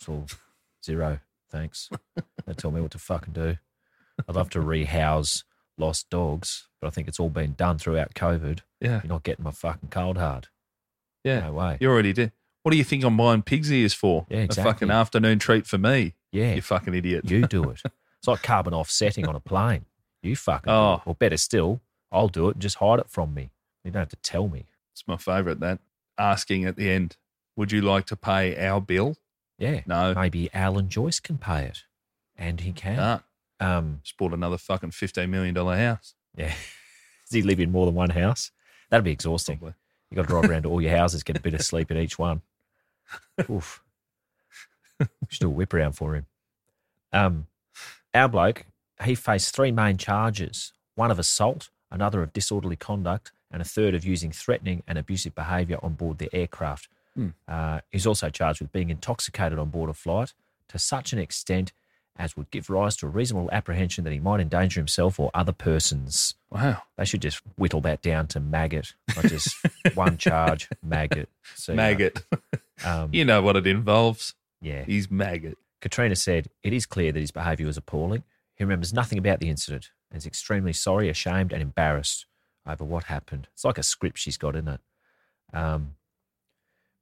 B: So zero, thanks. Don't tell me what to fucking do. I'd love to rehouse lost dogs, but I think it's all been done throughout COVID.
A: Yeah.
B: You're not getting my fucking cold hard.
A: Yeah.
B: No way.
A: You already did. What do you think I'm buying pig's ears for?
B: Yeah,
A: A
B: exactly.
A: fucking afternoon treat for me.
B: Yeah.
A: You fucking idiot.
B: You do it. It's like carbon offsetting on a plane. You fucking do
A: Oh.
B: it. Or better still, I'll do it and just hide it from me. You don't have to tell me.
A: It's my favourite that. Asking at the end, would you like to pay our bill?
B: Yeah.
A: No.
B: Maybe Alan Joyce can pay it. And he can.
A: Nah.
B: Um,
A: Just bought another fucking $15 million house.
B: yeah. *laughs* Does he live in more than one house? That'd be exhausting.
A: Probably.
B: you got to drive around to all your houses, get a bit of sleep at each one. Oof. We should do a whip around for him. Um, our bloke, he faced three main charges one of assault, another of disorderly conduct, and a third of using threatening and abusive behaviour on board the aircraft.
A: Hmm.
B: Uh, he's also charged with being intoxicated on board a flight to such an extent as would give rise to a reasonable apprehension that he might endanger himself or other persons.
A: Wow.
B: They should just whittle that down to maggot, not just one charge, maggot. So, uh,
A: maggot.
B: um,
A: *laughs* you know what it involves.
B: yeah.
A: He's maggot. *laughs*
B: Katrina said, It is clear that his behaviour was appalling. He remembers nothing about the incident and is extremely sorry, ashamed, and embarrassed over what happened. It's like a script she's got, isn't it? Um,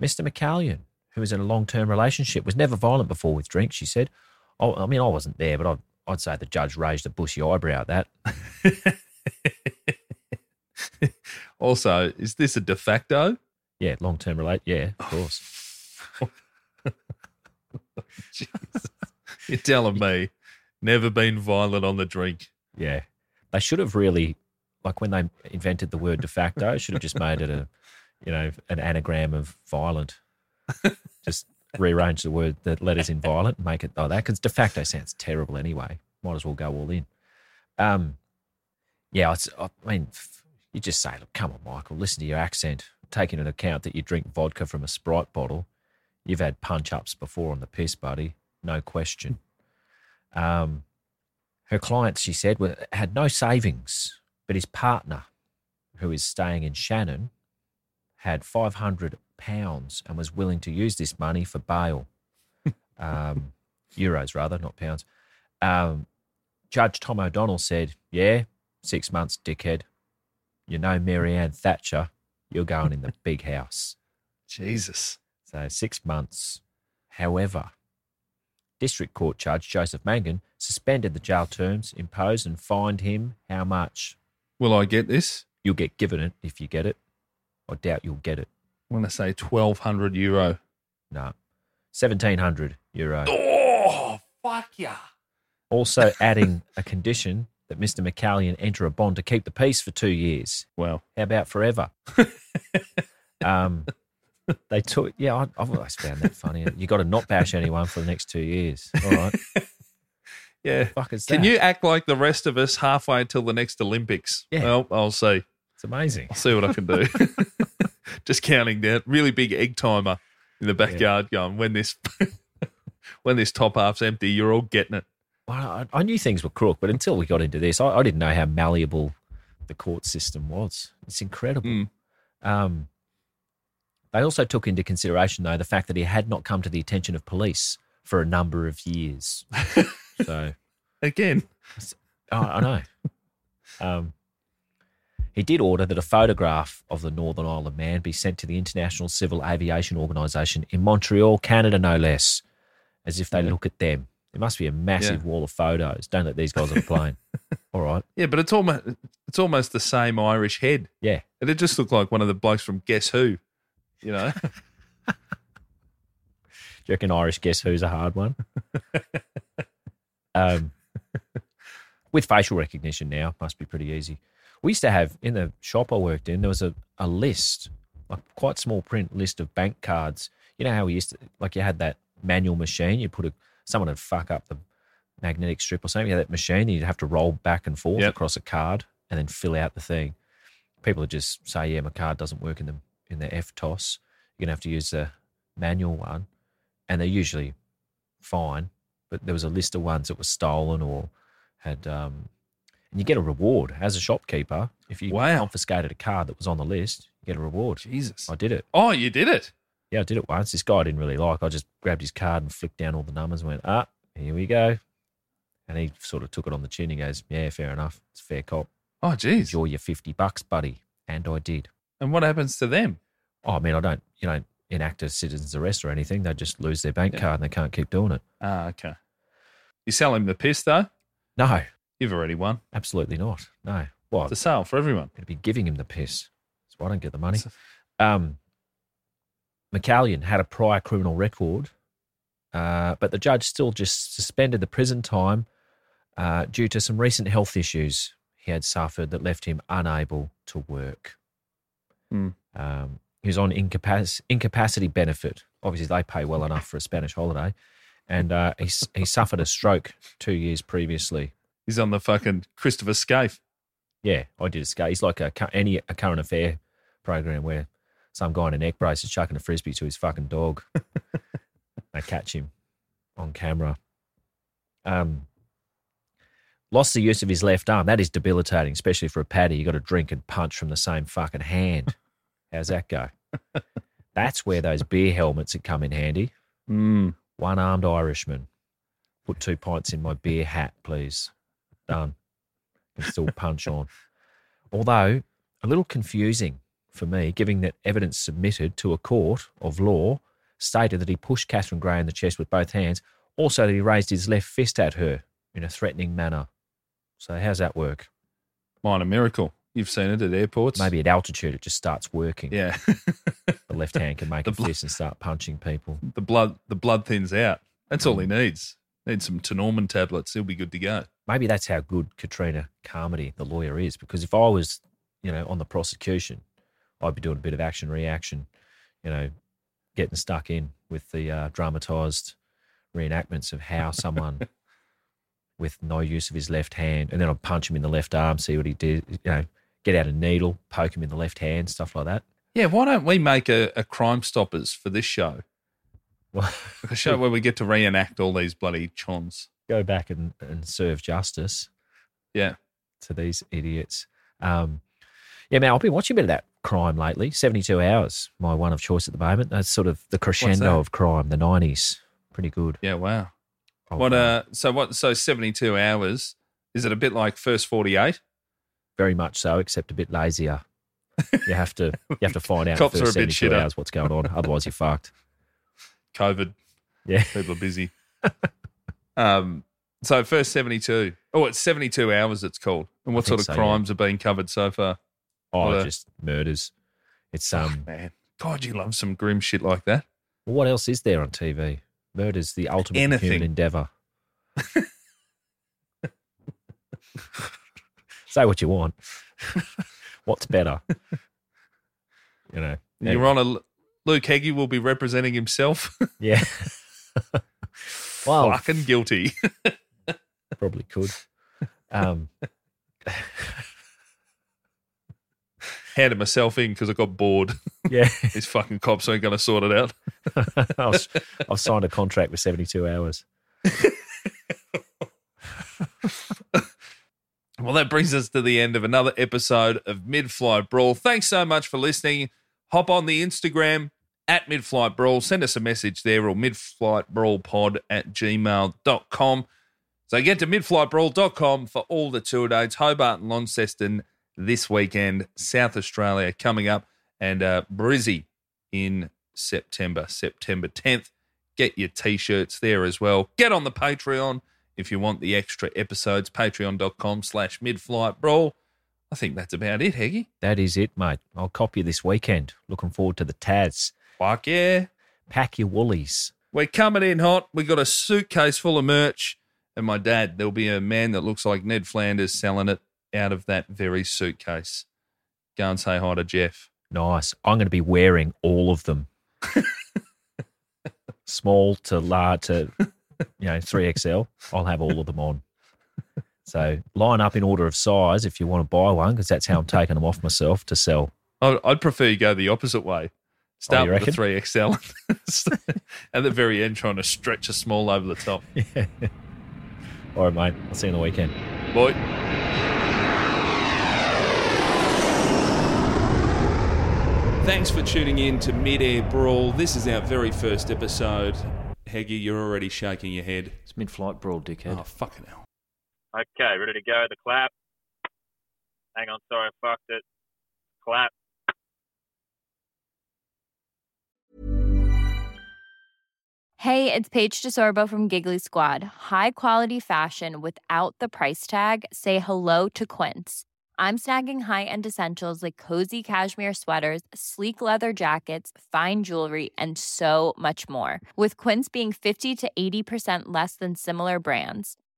B: Mr. McCallion, who was in a long term relationship, was never violent before with drink, she said. Oh, I mean, I wasn't there, but I'd, I'd say the judge raised a bushy eyebrow at that.
A: Also, is this a de facto?
B: Yeah, long term relate. Yeah, of course.
A: You're telling me. Never been violent on the drink.
B: Yeah. They should have really, like when they invented the word de facto, should have just made it a, you know, an anagram of violent. Just rearrange the word, the letters in violent, and make it like that, because de facto sounds terrible anyway. Might as well go all in. Um, yeah, it's, I mean, f- you just say, look, come on, Michael, listen to your accent. Take into account that you drink vodka from a Sprite bottle. You've had punch ups before on the piss, buddy. No question. Um, her clients, she said, were, had no savings, but his partner, who is staying in Shannon, had five hundred pounds and was willing to use this money for bail, um, euros rather, not pounds. Um, Judge Tom O'Donnell said, "Yeah, six months, dickhead. You know Marianne Thatcher. You're going in the big house."
A: Jesus.
B: So six months. However, District Court Judge Joseph Mangan suspended the jail terms imposed and fined him how much?
A: Will I get this?
B: You'll get given it if you get it. I doubt you'll get it.
A: I'm going to say 1200 euro.
B: No. 1700 euro.
A: Oh, fuck yeah.
B: Also adding a condition that Mr. McCallion enter a bond to keep the peace for two years.
A: Well,
B: How about
A: *laughs*
B: forever? um, they took, yeah, I, I've always found that funny. you got to not bash anyone for the next two years.
A: *laughs*
B: All right.
A: yeah.
B: Fuck is
A: Can
B: that?
A: you act like the rest of us halfway until the next Olympics?
B: Yeah.
A: Well, I'll see.
B: It's amazing.
A: I'll see what I can do. *laughs* Just counting down. Really big egg timer in the backyard going, when this *laughs* when this top half's empty, you're all getting it.
B: Well, I, I knew things were crook, but until we got into this, I, I didn't know how malleable the court system was. It's incredible.
A: Mm.
B: Um, they also took into consideration, though, the fact that he had not come to the attention of police for a number
A: *laughs*
B: of years. so,
A: Again.
B: I, Oh, I know. Um, he did order that a photograph of the Northern Ireland man be sent to the International Civil Aviation Organisation in Montreal, Canada, no less, as if they look at them. There must be a massive
A: Yeah.
B: wall of photos. Don't let these guys on a plane. All right.
A: Yeah, but it's almost it's almost the same Irish head.
B: Yeah.
A: It just looked like one of the blokes from Guess Who, you know?
B: Do you reckon Irish Guess Who's a hard one? um, with facial recognition now, must be pretty easy. We used to have in the shop I worked in, there was a, a list, a quite small print list of bank cards. You know how we used to, like you had that manual machine, you put a, someone would fuck up the magnetic strip or something, you had that machine, and you'd have to roll back and forth
A: Yep.
B: across a card and then fill out the thing. People would just say, yeah, my card doesn't work in the, in the FTOS. You're going to have to use the manual one. And they're usually fine, but there was a list of ones that were stolen or had um, and you get a reward as a shopkeeper if you confiscated a card that was on the list. You get a
A: *laughs*
B: reward.
A: Jesus,
B: I did it.
A: *laughs* Oh, you did it.
B: Yeah, I did it once. This guy I didn't really like. I just grabbed his card and flicked down all the numbers and went, ah, here we go. And he sort of took it on the chin. He goes, yeah, fair enough. It's a fair cop.
A: Oh, geez.
B: Enjoy your 50 bucks, buddy. And I did.
A: And what happens to them?
B: Oh, I mean, I don't, you know, enact a citizen's arrest or anything. They just lose their bank card and they can't keep doing it.
A: Ah, okay. You sell him the piss though?
B: No,
A: You've already won.
B: absolutely not. No. Well,
A: It's a sale for everyone.
B: going to be giving him the piss. That's why I don't get the money. Um, McCallion had a prior criminal record, uh, but the judge still just suspended the prison time uh, due to some recent health issues he had suffered that left him unable to work.
A: Hmm.
B: Um, he was on incapac- incapacity benefit. Obviously, they pay well enough for a Spanish holiday. And uh, he, s- he suffered a stroke two years previously.
A: He's on the fucking Christopher Scaife.
B: Yeah, I did a skate. He's like a cu- any a current affair program where some guy in a neck brace is chucking a frisbee to his fucking dog. they catch him on camera. Um, lost the use of his left arm. That is debilitating, especially for a paddy. You got to drink and punch from the same fucking hand. How's that go? That's where those beer helmets had come in handy.
A: Mm.
B: One armed Irishman. Put two pints in my beer hat, please. Done.
A: *laughs*
B: Can still punch on. Although a little confusing for me, given that evidence submitted to a court of law stated that he pushed Catherine Gray in the chest with both hands, also that he raised his left fist at her in a threatening manner. So how's that work?
A: Minor miracle. You've seen it at airports.
B: Maybe at altitude it just starts working.
A: Yeah. *laughs*
B: The left hand can make
A: The
B: a
A: blo-
B: fist and start punching people.
A: the blood the blood thins out. That's all he needs. Needs some Tenorman tablets. He'll be good to go.
B: maybe that's how good Katrina Carmody, the lawyer, is. Because if I was, you know, on the prosecution, I'd be doing a bit of action reaction, you know, getting stuck in with the uh, dramatized reenactments of how someone with no use of his left hand, and then I'd punch him in the left arm, see what he did, you know, get out a needle, poke him in the left hand, stuff like that. *laughs*
A: Yeah, why don't we make a, a Crime Stoppers for this show?
B: Well,
A: A show where we get to reenact all these bloody chons.
B: go back and, and serve justice.
A: Yeah.
B: to these idiots. Um, yeah, man, I've been watching a bit of that crime lately. 72 Hours, my one of choice at the moment. That's sort of the
A: that?
B: crescendo of crime, the 90s. Pretty good.
A: Yeah, wow.
B: Oh,
A: What uh so what so seventy two hours, is it a bit like first forty eight?
B: Very much so, except a bit lazier. You have to you
A: *laughs*
B: have to find out in the
A: Cops are
B: first
A: a bit
B: 72
A: shitter.
B: hours what's going on. Otherwise,
A: *laughs*
B: you're fucked.
A: COVID.
B: Yeah.
A: People are *laughs* busy. um so first seventy two. Oh, it's seventy two hours it's called. And what
B: I
A: sort
B: think
A: of
B: so, yeah.
A: crimes have been covered so far?
B: Oh,
A: What a-
B: just murders. It's um.
A: man. God, you love some grim shit like that.
B: well, what else is there on TV? Murder's the ultimate
A: Anything.
B: human endeavor. *laughs* Say what you want. What's better? You know.
A: Your Honour, Luke Heggie will be representing himself. *laughs*
B: Yeah. well,
A: Fucking guilty. *laughs*
B: probably could. Um,
A: Handed myself in because I got bored.
B: yeah. *laughs*
A: These fucking cops ain't going to sort it out.
B: I've, I've signed a contract with 72 hours.
A: Well, that brings us to the end of another episode of Mid Flight Brawl. Thanks so much for listening. Hop on the Instagram at Mid Flight Brawl. Send us a message there or midflightbrawlpod at gmail.com. So get to midflightbrawl.com for all the tour dates Hobart and Launceston this weekend, South Australia coming up, and uh, Brizzy in September, September 10th. Get your t shirts there as well. Get on the Patreon if you want the extra episodes, patreon.com slash midflightbrawl. I think that's about it, Heggy.
B: That is it, mate. I'll copy you this weekend. Looking forward to the Taz.
A: Fuck yeah.
B: Pack your woolies.
A: We're coming in hot. We got a suitcase full of merch, and my dad, there'll be a man that looks like Ned Flanders selling it out of that very suitcase. Go and say hi to Jeff.
B: Nice. I'm going to be wearing all of them. Small to large to, you know, 3XL. I'll have all of them on. So line up in order of size if you want to buy one, because that's how I'm taking them off myself to sell.
A: I- I'd prefer you go the opposite way. Start
B: Oh, you
A: with the
B: reckon?
A: 3XL and- *laughs* at the very end trying to stretch a small over the
B: *laughs*
A: top.
B: All right, mate. I'll see you on the weekend.
A: Boy. Thanks for tuning in to Mid Air Brawl. This is our very first episode. Heggy, you're already shaking your head.
L: It's mid flight brawl, dickhead.
A: Oh, fucking hell.
M: Okay, ready to go. The clap. Hang on, sorry, I fucked it. Clap.
N: Hey, it's Paige DeSorbo from Giggly Squad. High quality fashion without the price tag. Say hello to Quince. I'm snagging high-end essentials like cozy cashmere sweaters, sleek leather jackets, fine jewelry, and so much more. With Quince being 50 to 80% less than similar brands.